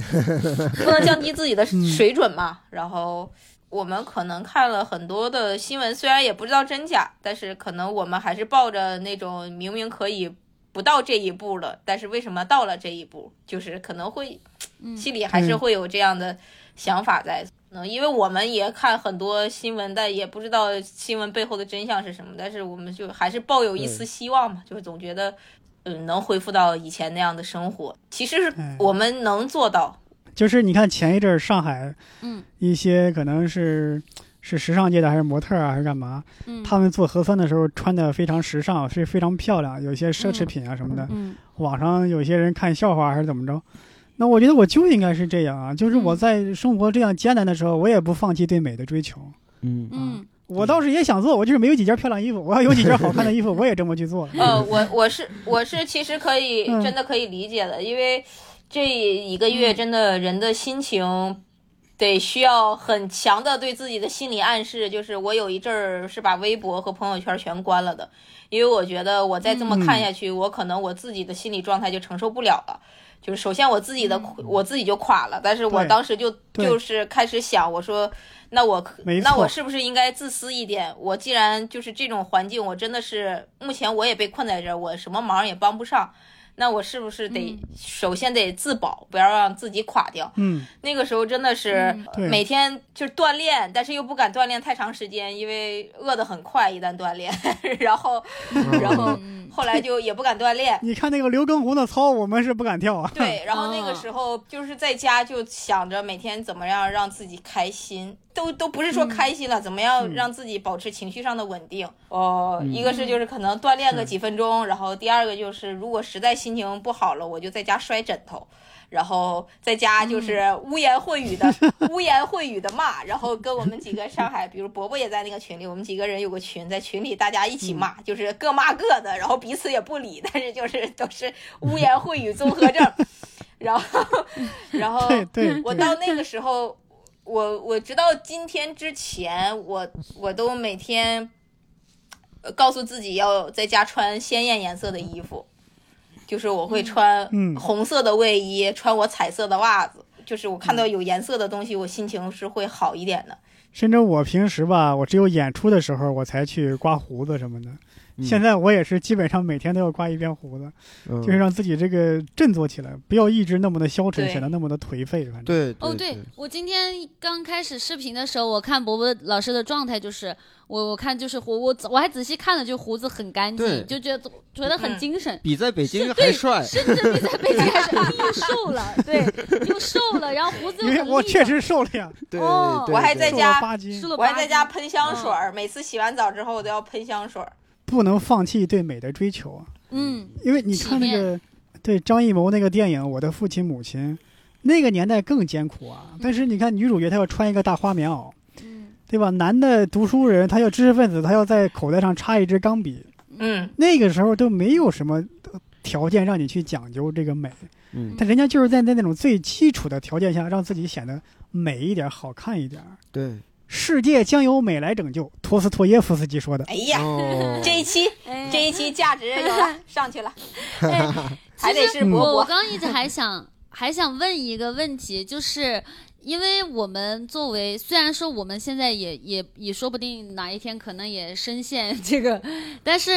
[SPEAKER 2] 不能降低自己的
[SPEAKER 1] 嗯
[SPEAKER 2] 水准嘛。然后我们可能看了很多的新闻，虽然也不知道真假，但是可能我们还是抱着那种明明可以不到这一步了，但是为什么到了这一步，就是可能会
[SPEAKER 4] 嗯
[SPEAKER 2] 心里还是会有这样的想法在。嗯，因为我们也看很多新闻，但也不知道新闻背后的真相是什么，但是我们就还是抱有一丝
[SPEAKER 3] 对
[SPEAKER 2] 希望嘛，就是总觉得，嗯，能恢复到以前那样的生活。其实是
[SPEAKER 1] 哎
[SPEAKER 2] 我们能做到，
[SPEAKER 1] 就是你看前一阵儿上海，
[SPEAKER 4] 嗯，
[SPEAKER 1] 一些可能是是时尚界的还是模特儿啊还是干嘛，
[SPEAKER 4] 嗯，
[SPEAKER 1] 他们做核酸的时候穿的非常时尚，是非常漂亮，有些奢侈
[SPEAKER 4] 嗯
[SPEAKER 1] 品啊什么的。
[SPEAKER 4] 嗯
[SPEAKER 1] 网上有些人看笑话还是怎么着。那我觉得我就应该是这样啊，就是我
[SPEAKER 4] 嗯
[SPEAKER 1] 在生活这样艰难的时候，我也不放弃对美的追求。
[SPEAKER 3] 嗯
[SPEAKER 4] 嗯
[SPEAKER 1] 我倒是也想做，我就是没有几件漂亮衣服，我要有几件好看的衣服，我也这么去做。
[SPEAKER 4] 哦
[SPEAKER 2] 呃，我我是我是其实可以
[SPEAKER 1] 嗯
[SPEAKER 2] 真的可以理解的，因为这一个月
[SPEAKER 4] 嗯
[SPEAKER 2] 真的人的心情。得需要很强的对自己的心理暗示，就是我有一阵儿是把微博和朋友圈全关了的，因为我觉得我再这么
[SPEAKER 1] 嗯
[SPEAKER 2] 看下去，我可能我自己的心理状态就承受不了了。就是首先我自己的、我自己就垮了，但是
[SPEAKER 1] 嗯
[SPEAKER 2] 我
[SPEAKER 1] 对
[SPEAKER 2] 当时就
[SPEAKER 1] 对
[SPEAKER 2] 就是开始想，我说那我可
[SPEAKER 1] 没
[SPEAKER 2] 那
[SPEAKER 1] 错
[SPEAKER 2] 我是不是应该自私一点？我既然就是这种环境，我真的是目前我也被困在这儿，我什么忙也帮不上，那我是不是得、
[SPEAKER 4] 嗯
[SPEAKER 2] 首先得自保，不要让自己垮掉？
[SPEAKER 1] 嗯，
[SPEAKER 2] 那个时候真的是
[SPEAKER 4] 嗯
[SPEAKER 1] 对
[SPEAKER 2] 每天就是锻炼，但是又不敢锻炼太长时间，因为饿得很快，一旦锻炼， *laughs* 然后然后
[SPEAKER 4] 嗯
[SPEAKER 2] 后来就也不敢锻炼。
[SPEAKER 1] 你看那个刘畊宏的操，我们是不敢跳啊。
[SPEAKER 2] *laughs* 对，然后那个时
[SPEAKER 1] 嗯
[SPEAKER 2] 候就是在家就想着每天怎么样让自己开心，都都不是说开心了，怎么样
[SPEAKER 1] 嗯
[SPEAKER 2] 让自己保持情绪上的稳定。哦，
[SPEAKER 3] 嗯
[SPEAKER 2] 一个是就是可能锻炼个
[SPEAKER 1] 是
[SPEAKER 2] 几分钟，然后第二个就是如果实在心情不好了，我就在家摔枕头。然后在家
[SPEAKER 1] 嗯
[SPEAKER 2] 就是污言秽语的、污言秽语的骂，然后跟我们几个上海，比如伯伯也在那个群里，我们几个人有个群，在群里大家一起骂，
[SPEAKER 1] 嗯
[SPEAKER 2] 就是各骂各的，然后彼此也不理，但是就是都是污言秽语综合症，
[SPEAKER 1] *laughs*
[SPEAKER 2] 然后然后
[SPEAKER 1] 对 *laughs* 对，
[SPEAKER 2] 我
[SPEAKER 1] 对
[SPEAKER 2] 到那个时候，我我直到今天之前，我我都每天呃告诉自己要在家穿鲜艳颜色的衣服，就是我会穿
[SPEAKER 1] 嗯
[SPEAKER 2] 红色的卫衣，穿我彩色的袜子，就是我看到
[SPEAKER 1] 嗯
[SPEAKER 2] 有颜色的东西，我心情是会好一点的。
[SPEAKER 1] 甚至我平时吧，我只有演出的时候我才去刮胡子什么的。
[SPEAKER 3] 嗯
[SPEAKER 1] 现在我也是基本上每天都要刮一遍胡子，
[SPEAKER 3] 嗯
[SPEAKER 1] 就是让自己这个振作起来，不要一直那么的消沉，
[SPEAKER 2] 对
[SPEAKER 1] 显得那么的颓废。反正
[SPEAKER 3] 对
[SPEAKER 4] 哦，对我今天刚开始视频的时候，我看伯伯老师的状态就是，我我看就是胡我我还仔细看了，就胡子很干
[SPEAKER 3] 对
[SPEAKER 4] 净，就觉得觉得
[SPEAKER 2] 嗯
[SPEAKER 4] 很精神。
[SPEAKER 3] 比在北京还
[SPEAKER 4] 对，
[SPEAKER 3] 帅，
[SPEAKER 4] 甚至比在北京还帅，又瘦了，对，又瘦了，然后胡子又
[SPEAKER 1] 因为
[SPEAKER 4] 很
[SPEAKER 1] 我
[SPEAKER 4] 立
[SPEAKER 1] 确
[SPEAKER 4] 着
[SPEAKER 1] 实瘦了呀，
[SPEAKER 3] 对，
[SPEAKER 4] 哦
[SPEAKER 3] 对
[SPEAKER 2] 我还在
[SPEAKER 3] 对
[SPEAKER 1] 瘦
[SPEAKER 2] 家
[SPEAKER 1] 了八嗯斤
[SPEAKER 4] 瘦。了
[SPEAKER 2] 我
[SPEAKER 4] 吧唧，
[SPEAKER 2] 还在家喷香水儿，每次洗完澡之后我都要喷香水儿。
[SPEAKER 1] 不能放弃对美的追求啊！
[SPEAKER 4] 嗯，
[SPEAKER 1] 因为你看那个，对张艺谋那个电影《我的父亲母亲》，那个年代更艰苦
[SPEAKER 2] 嗯
[SPEAKER 1] 啊。但是你看女主角她要穿一个大花棉袄，
[SPEAKER 4] 嗯
[SPEAKER 1] 对吧？男的读书人，他要知识分子，他要在口袋上插一支钢笔。
[SPEAKER 2] 嗯，
[SPEAKER 1] 那个时候都没有什么呃条件让你去讲究这个美，
[SPEAKER 3] 嗯
[SPEAKER 1] 但人家就是在在那种最基础的条件下，让自己显得美一点、好看一点。
[SPEAKER 3] 对，
[SPEAKER 1] 世界将由美来拯救，托斯托耶夫斯基说的。
[SPEAKER 2] 哎呀，
[SPEAKER 3] 哦
[SPEAKER 2] 这一期
[SPEAKER 4] 哎
[SPEAKER 2] 这一期价值有了，上去了， *laughs*
[SPEAKER 4] 哎
[SPEAKER 2] 还得是伯
[SPEAKER 4] 我
[SPEAKER 2] 伯。
[SPEAKER 4] 我刚一直还想还想问一个问题，就是因为我们作为虽然说我们现在也也也说不定哪一天可能也深陷 *laughs* 这个，但是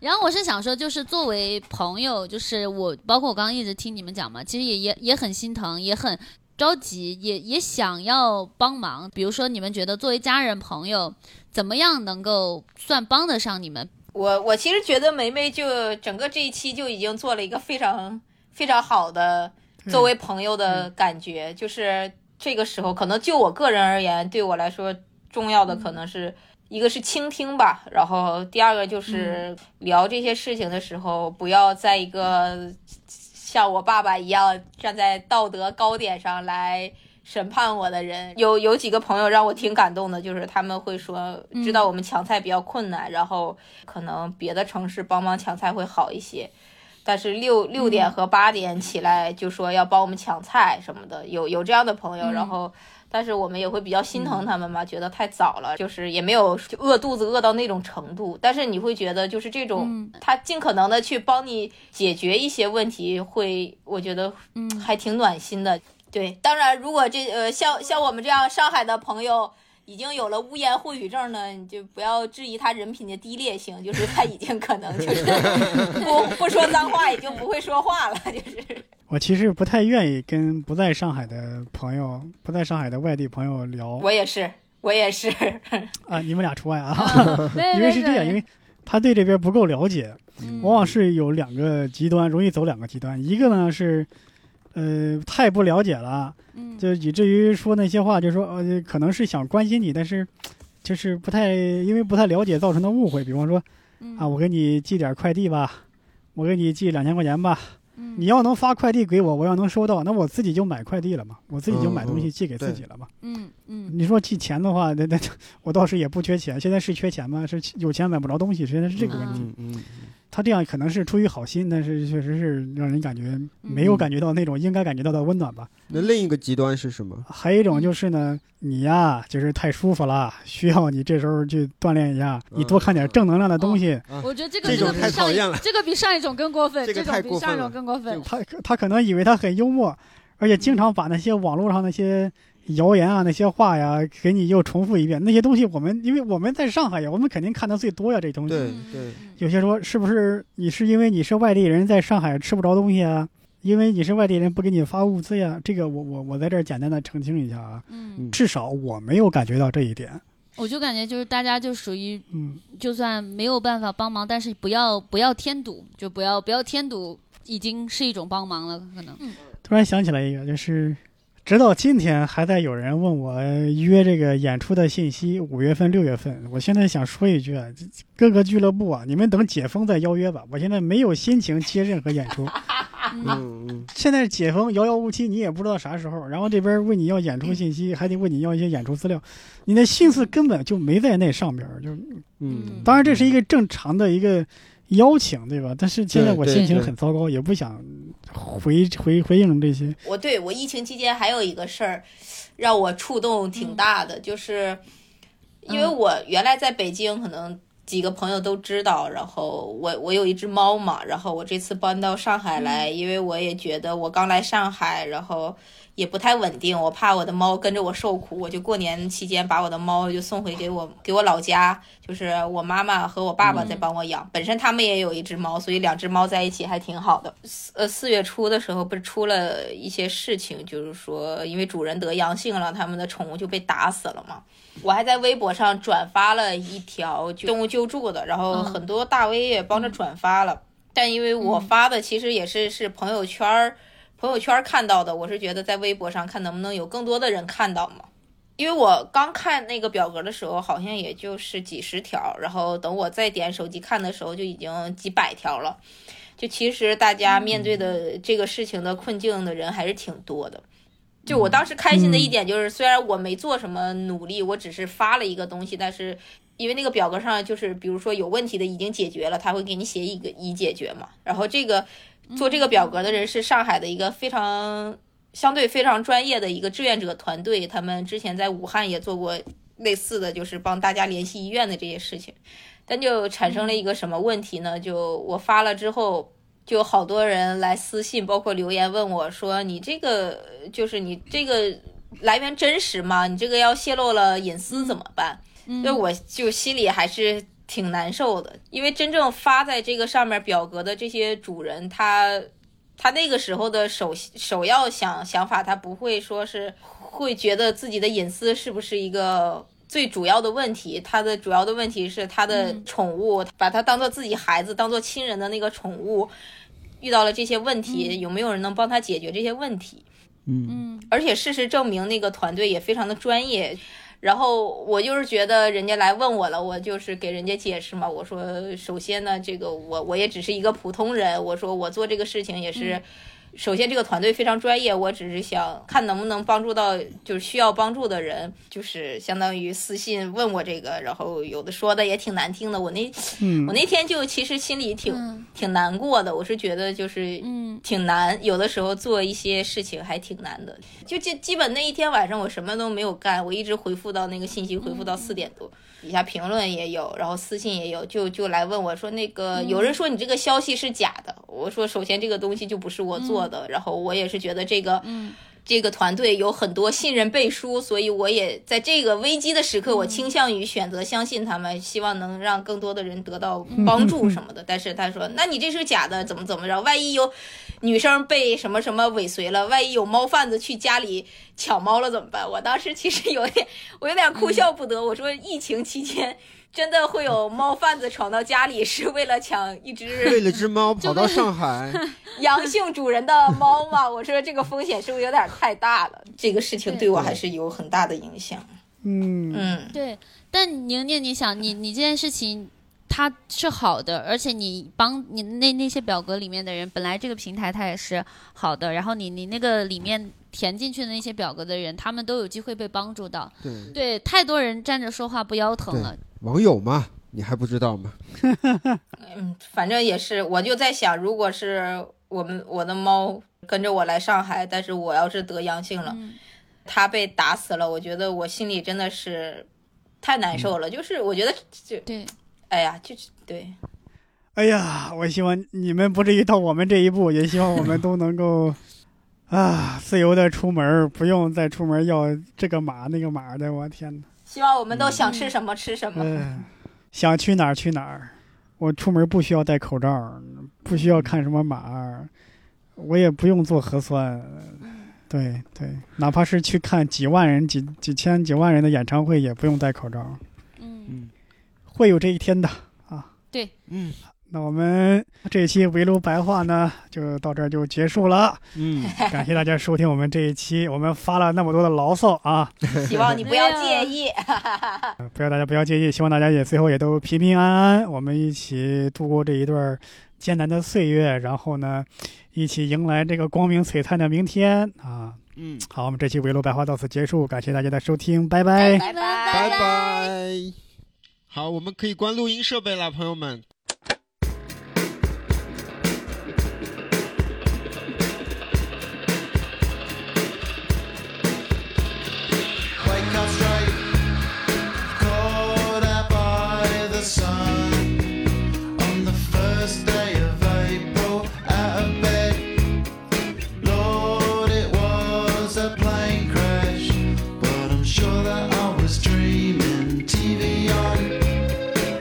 [SPEAKER 4] 然后我是想说，就是作为朋友，就是我包括我刚刚一直听你们讲嘛，其实也也也很心疼，也很。着急也也想要帮忙，比如说你们觉得作为家人朋友，怎么样能够算帮得上你们？
[SPEAKER 2] 我我其实觉得梅梅就整个这一期就已经做了一个非常非常好的作为朋友的感觉，就是这个时候可能就我个人而言，对我来说重要的可能是。一个是倾听吧，然后第二个就是聊这些事情的时候，不要在一个像我爸爸一样站在道德高点上来审判我的人。有有几个朋友让我挺感动的，就是他们会说，
[SPEAKER 4] 嗯
[SPEAKER 2] 知道我们抢菜比较困难，然后可能别的城市帮忙抢菜会好一些。但是六
[SPEAKER 4] 嗯
[SPEAKER 2] 六点和八点起来就说要帮我们抢菜什么的，有有这样的朋友，
[SPEAKER 4] 嗯
[SPEAKER 2] 然后但是我们也会比较心疼他们嘛，觉得太早了，就是也没有就饿肚子饿到那种程度。但是你会觉得就是这种，
[SPEAKER 4] 嗯
[SPEAKER 2] 他尽可能的去帮你解决一些问题，会我觉得
[SPEAKER 4] 嗯，
[SPEAKER 1] *laughs*
[SPEAKER 2] 还挺暖心的。对，当然如果这呃像像我们这样上海的朋友。已经有了污言秽语症呢，你就不要质疑他人品的低劣性，就是他已经可能就是 *laughs* 不不说脏话，已经不会说话了，就是
[SPEAKER 1] 我其实不太愿意跟不在上海的朋友、不在上海的外地朋友聊
[SPEAKER 2] 我也是，我也是，
[SPEAKER 1] 啊，你们俩除外啊， *laughs*
[SPEAKER 4] 没
[SPEAKER 1] 因为是这样，
[SPEAKER 4] 没
[SPEAKER 1] 因为他对这边不够了解，
[SPEAKER 4] 嗯
[SPEAKER 1] 往往是有两个极端，容易走两个极端。一个呢是，呃，太不了解了，
[SPEAKER 4] 嗯
[SPEAKER 1] 就以至于说那些话，就说呃，可能是想关心你，但是就是不太因为不太了解造成的误会。比方说
[SPEAKER 4] 嗯
[SPEAKER 1] 啊，我给你寄点快递吧，我给你寄两千块钱吧，
[SPEAKER 4] 嗯
[SPEAKER 1] 你要能发快递给我，我要能收到，那我自己就买快递了嘛，我自己就买东西寄给自己了嘛。
[SPEAKER 4] 嗯嗯
[SPEAKER 1] 你说寄钱的话，那那我倒是也不缺钱，现在是缺钱吗？是有钱买不着东西，现在是这个问题。
[SPEAKER 3] 嗯嗯，
[SPEAKER 1] 他这样可能是出于好心，但是确实是让人感觉
[SPEAKER 4] 嗯
[SPEAKER 1] 没有感觉到那种应该感觉到的温暖吧。
[SPEAKER 3] 那另一个极端是什么？
[SPEAKER 1] 还有一种就是呢，你呀、就是太舒服了，需要你这时候去锻炼一下，
[SPEAKER 3] 嗯
[SPEAKER 1] 你多看点正能量的东西。
[SPEAKER 4] 我觉得这个
[SPEAKER 3] 啊这
[SPEAKER 4] 个
[SPEAKER 3] 种
[SPEAKER 4] 比
[SPEAKER 3] 太
[SPEAKER 4] 上
[SPEAKER 3] 讨
[SPEAKER 4] 一
[SPEAKER 3] 厌了
[SPEAKER 4] 这个比上一种更过分，
[SPEAKER 3] 这个
[SPEAKER 4] 种
[SPEAKER 3] 太
[SPEAKER 4] 比
[SPEAKER 3] 过
[SPEAKER 4] 上一
[SPEAKER 3] 分
[SPEAKER 4] 种
[SPEAKER 3] 了
[SPEAKER 4] 更过分。
[SPEAKER 1] 他他可能以为他很幽默，而且经
[SPEAKER 3] 嗯
[SPEAKER 1] 常把那些网络上那些谣言啊、那些话呀，给你又重复一遍。那些东西我们因为我们在上海呀，我们肯定看的最多呀，这东西。
[SPEAKER 3] 对
[SPEAKER 4] 嗯
[SPEAKER 3] 对，
[SPEAKER 1] 有些说是不是你是因为你是外地人，在上海吃不着东西啊？因为你是外地人，不给你发物资呀？这个我我我在这儿简单的澄清一下啊，
[SPEAKER 4] 嗯，
[SPEAKER 3] 嗯
[SPEAKER 1] 至少我没有感觉到这一点。
[SPEAKER 4] 我就感觉就是大家就属于，
[SPEAKER 1] 嗯，
[SPEAKER 4] 就算没有办法帮忙，但是不要不要添堵，就不要不要添堵，已经是一种帮忙了，可能。嗯
[SPEAKER 1] 突然想起来一个，就是直到今天还在有人问我约这个演出的信息，五月份、六月份。我现在想说一句啊，这各个俱乐部啊，你们等解封再邀约吧，我现在没有心情接任何演出。 *laughs*
[SPEAKER 4] 嗯
[SPEAKER 3] 嗯嗯，
[SPEAKER 1] 现在解封遥遥无期，你也不知道啥时候。然后这边问你要演出信
[SPEAKER 3] 嗯
[SPEAKER 1] 息，还得问你要一些演出资料，你的心思根本就没在那上边儿。就
[SPEAKER 3] 嗯，
[SPEAKER 1] 当然这是一个正常的一个邀请，对吧？但是现在
[SPEAKER 3] 对
[SPEAKER 1] 我
[SPEAKER 3] 对
[SPEAKER 1] 心情
[SPEAKER 3] 对
[SPEAKER 1] 很糟糕，也不想回回回应这些。
[SPEAKER 2] 我对我疫情期间还有一个事儿，让我触动挺大的，就是因为
[SPEAKER 4] 嗯
[SPEAKER 2] 我原来在北京，可能几个朋友都知道，然后我我有一只猫嘛，然后我这次搬到上海来，因为我也觉得我刚来上海，然后也不太稳定，我怕我的猫跟着我受苦，我就过年期间把我的猫就送回给我给我老家，就是我妈妈和我爸爸在帮我养，本身他们也有一只猫，所以两只猫在一起还挺好的。四呃四月初的时候不是出了一些事情，就是说因为主人得阳性了，他们的宠物就被打死了嘛。我还在微博上转发了一条就动物救助的，然后
[SPEAKER 4] 嗯
[SPEAKER 2] 很多大 V 也帮着转发了。但因为我发的其实也是是朋友圈儿，朋友圈儿看到的，我是觉得在微博上看能不能有更多的人看到嘛。因为我刚看那个表格的时候，好像也就是几十条，然后等我再点手机看的时候，就已经几百条了。就其实大家面对的这个事情的困境的人还是挺多的。就我当时开心的一点就是，虽然我没做什么努力，我只是发了一个东西，但是因为那个表格上就是，比如说有问题的已经解决了，他会给你写一个已解决嘛。然后这个做这个表格的人是上海的一个非常相对非常专业的一个志愿者团队，他们之前在武汉也做过类似的就是帮大家联系医院的这些事情，但就产生了一个什么问题呢？就我发了之后，就好多人来私信，包括留言问我说：“你这个就是你这个来源真实吗？你这个要泄露了隐私怎么办？”
[SPEAKER 4] 嗯
[SPEAKER 2] 所以我就心里还是挺难受的，因为真正发在这个上面表格的这些主人，他他那个时候的首首要想想法，他不会说是会觉得自己的隐私是不是一个最主要的问题，他的主要的问题是他的
[SPEAKER 4] 嗯
[SPEAKER 2] 宠物，把它当做自己孩子、当做亲人的那个宠物，遇到了这些问题，有没有人能帮他解决这些问题？
[SPEAKER 3] 嗯，
[SPEAKER 4] 嗯
[SPEAKER 2] 而且事实证明，那个团队也非常的专业。然后我就是觉得人家来问我了，我就是给人家解释嘛。我说，首先呢，这个我我也只是一个普通人，我说我做这个事情也
[SPEAKER 4] 嗯
[SPEAKER 2] 是，首先这个团队非常专业，我只是想看能不能帮助到就是需要帮助的人，就是相当于私信问我这个，然后有的说的也挺难听的，我那
[SPEAKER 1] 嗯
[SPEAKER 2] 我，那天就其实心里挺、
[SPEAKER 4] 嗯
[SPEAKER 2] 挺难过的，我是觉得就是
[SPEAKER 4] 嗯
[SPEAKER 2] 挺难，有的时候做一些事情还挺难的。就基基本那一天晚上我什么都没有干，我一直回复到那个信息，回复到四点多，底下评论也有，然后私信也有，就就来问我说那个有人说你这个消息是假的，我说首先这个东西就不是我做的，然后我也是觉得这个
[SPEAKER 4] 嗯
[SPEAKER 2] 这个团队有很多信任背书，所以我也在这个危机的时刻，我倾向于选择相信他们，希望能让更多的人得到帮助什么的。但是他说，那你这是假的，怎么怎么着？万一有女生被什么什么尾随了，万一有猫贩子去家里抢猫了怎么办？我当时其实有点，我有点哭笑不得。我说，疫情期间真的会有猫贩子闯到家里，是为了抢一只
[SPEAKER 3] 为了只猫跑到上海，
[SPEAKER 2] 阳性主人的猫嘛，我说这个风险是不是有点太大了？这个事情对我还是有很大的影响。
[SPEAKER 1] 嗯，
[SPEAKER 2] 嗯，
[SPEAKER 4] 对，但宁宁，你想，你你这件事情它是好的，而且你帮你那那些表格里面的人，本来这个平台它也是好的，然后你你那个里面填进去的那些表格的人，他们都有机会被帮助到。
[SPEAKER 3] 对，
[SPEAKER 4] 对，太多人站着说话不腰疼了。
[SPEAKER 3] 网友嘛，你还不知道吗？
[SPEAKER 2] 嗯，反正也是，我就在想，如果是我们我的猫跟着我来上海，但是我要是得阳性了，
[SPEAKER 4] 嗯
[SPEAKER 2] 它被打死了，我觉得我心里真的是太难受了。就是我觉得就
[SPEAKER 4] 对，
[SPEAKER 2] 哎呀，就是对，
[SPEAKER 1] 哎呀，我希望你们不至于到我们这一步，也希望我们都能够 *laughs* 啊自由的出门儿，不用再出门要这个码那个码的。我天哪！
[SPEAKER 2] 希望我们都想
[SPEAKER 4] 嗯
[SPEAKER 2] 吃什么吃 *laughs* 什么。
[SPEAKER 1] 嗯，想去哪儿去哪儿。我出门不需要戴口罩，不需要看什么码，我也不用做核酸。对对，哪怕是去看几万人、几几千、几万人的演唱会，也不用戴口罩。
[SPEAKER 4] 嗯，
[SPEAKER 3] 嗯
[SPEAKER 1] 会有这一天的。
[SPEAKER 3] 嗯
[SPEAKER 1] 那我们这一期围炉白话呢，就到这儿就结束了。
[SPEAKER 3] 嗯，
[SPEAKER 1] *laughs* 感谢大家收听我们这一期，我们发了那么多的牢骚啊，
[SPEAKER 2] 希望你不要介意。
[SPEAKER 1] 不要大家不要介意，希望大家也最后也都平平安安，我们一起度过这一段儿艰难的岁月，然后呢，一起迎来这个光明璀璨的明天啊！
[SPEAKER 3] 嗯，
[SPEAKER 1] 好，我们这期围炉白话到此结束，感谢大家的收听，拜
[SPEAKER 2] 拜
[SPEAKER 1] 拜。
[SPEAKER 2] 拜
[SPEAKER 3] 拜
[SPEAKER 4] 拜
[SPEAKER 3] 拜。好，我们可以关录音设备了，朋友们。
[SPEAKER 6] Wake up straight, caught out by the sun. On the first day of April, out of bed. Lord, it was a plane crash, but I'm sure that I was dreaming. TV on,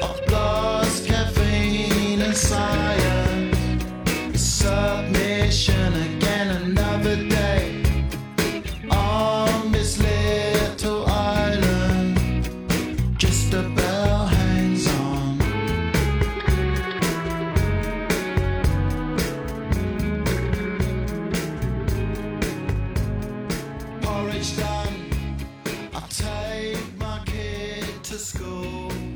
[SPEAKER 6] I've lost caffeine and science. Submission again, another day on this little island, just a bell hangs on. Porridge done, I take my kid to school.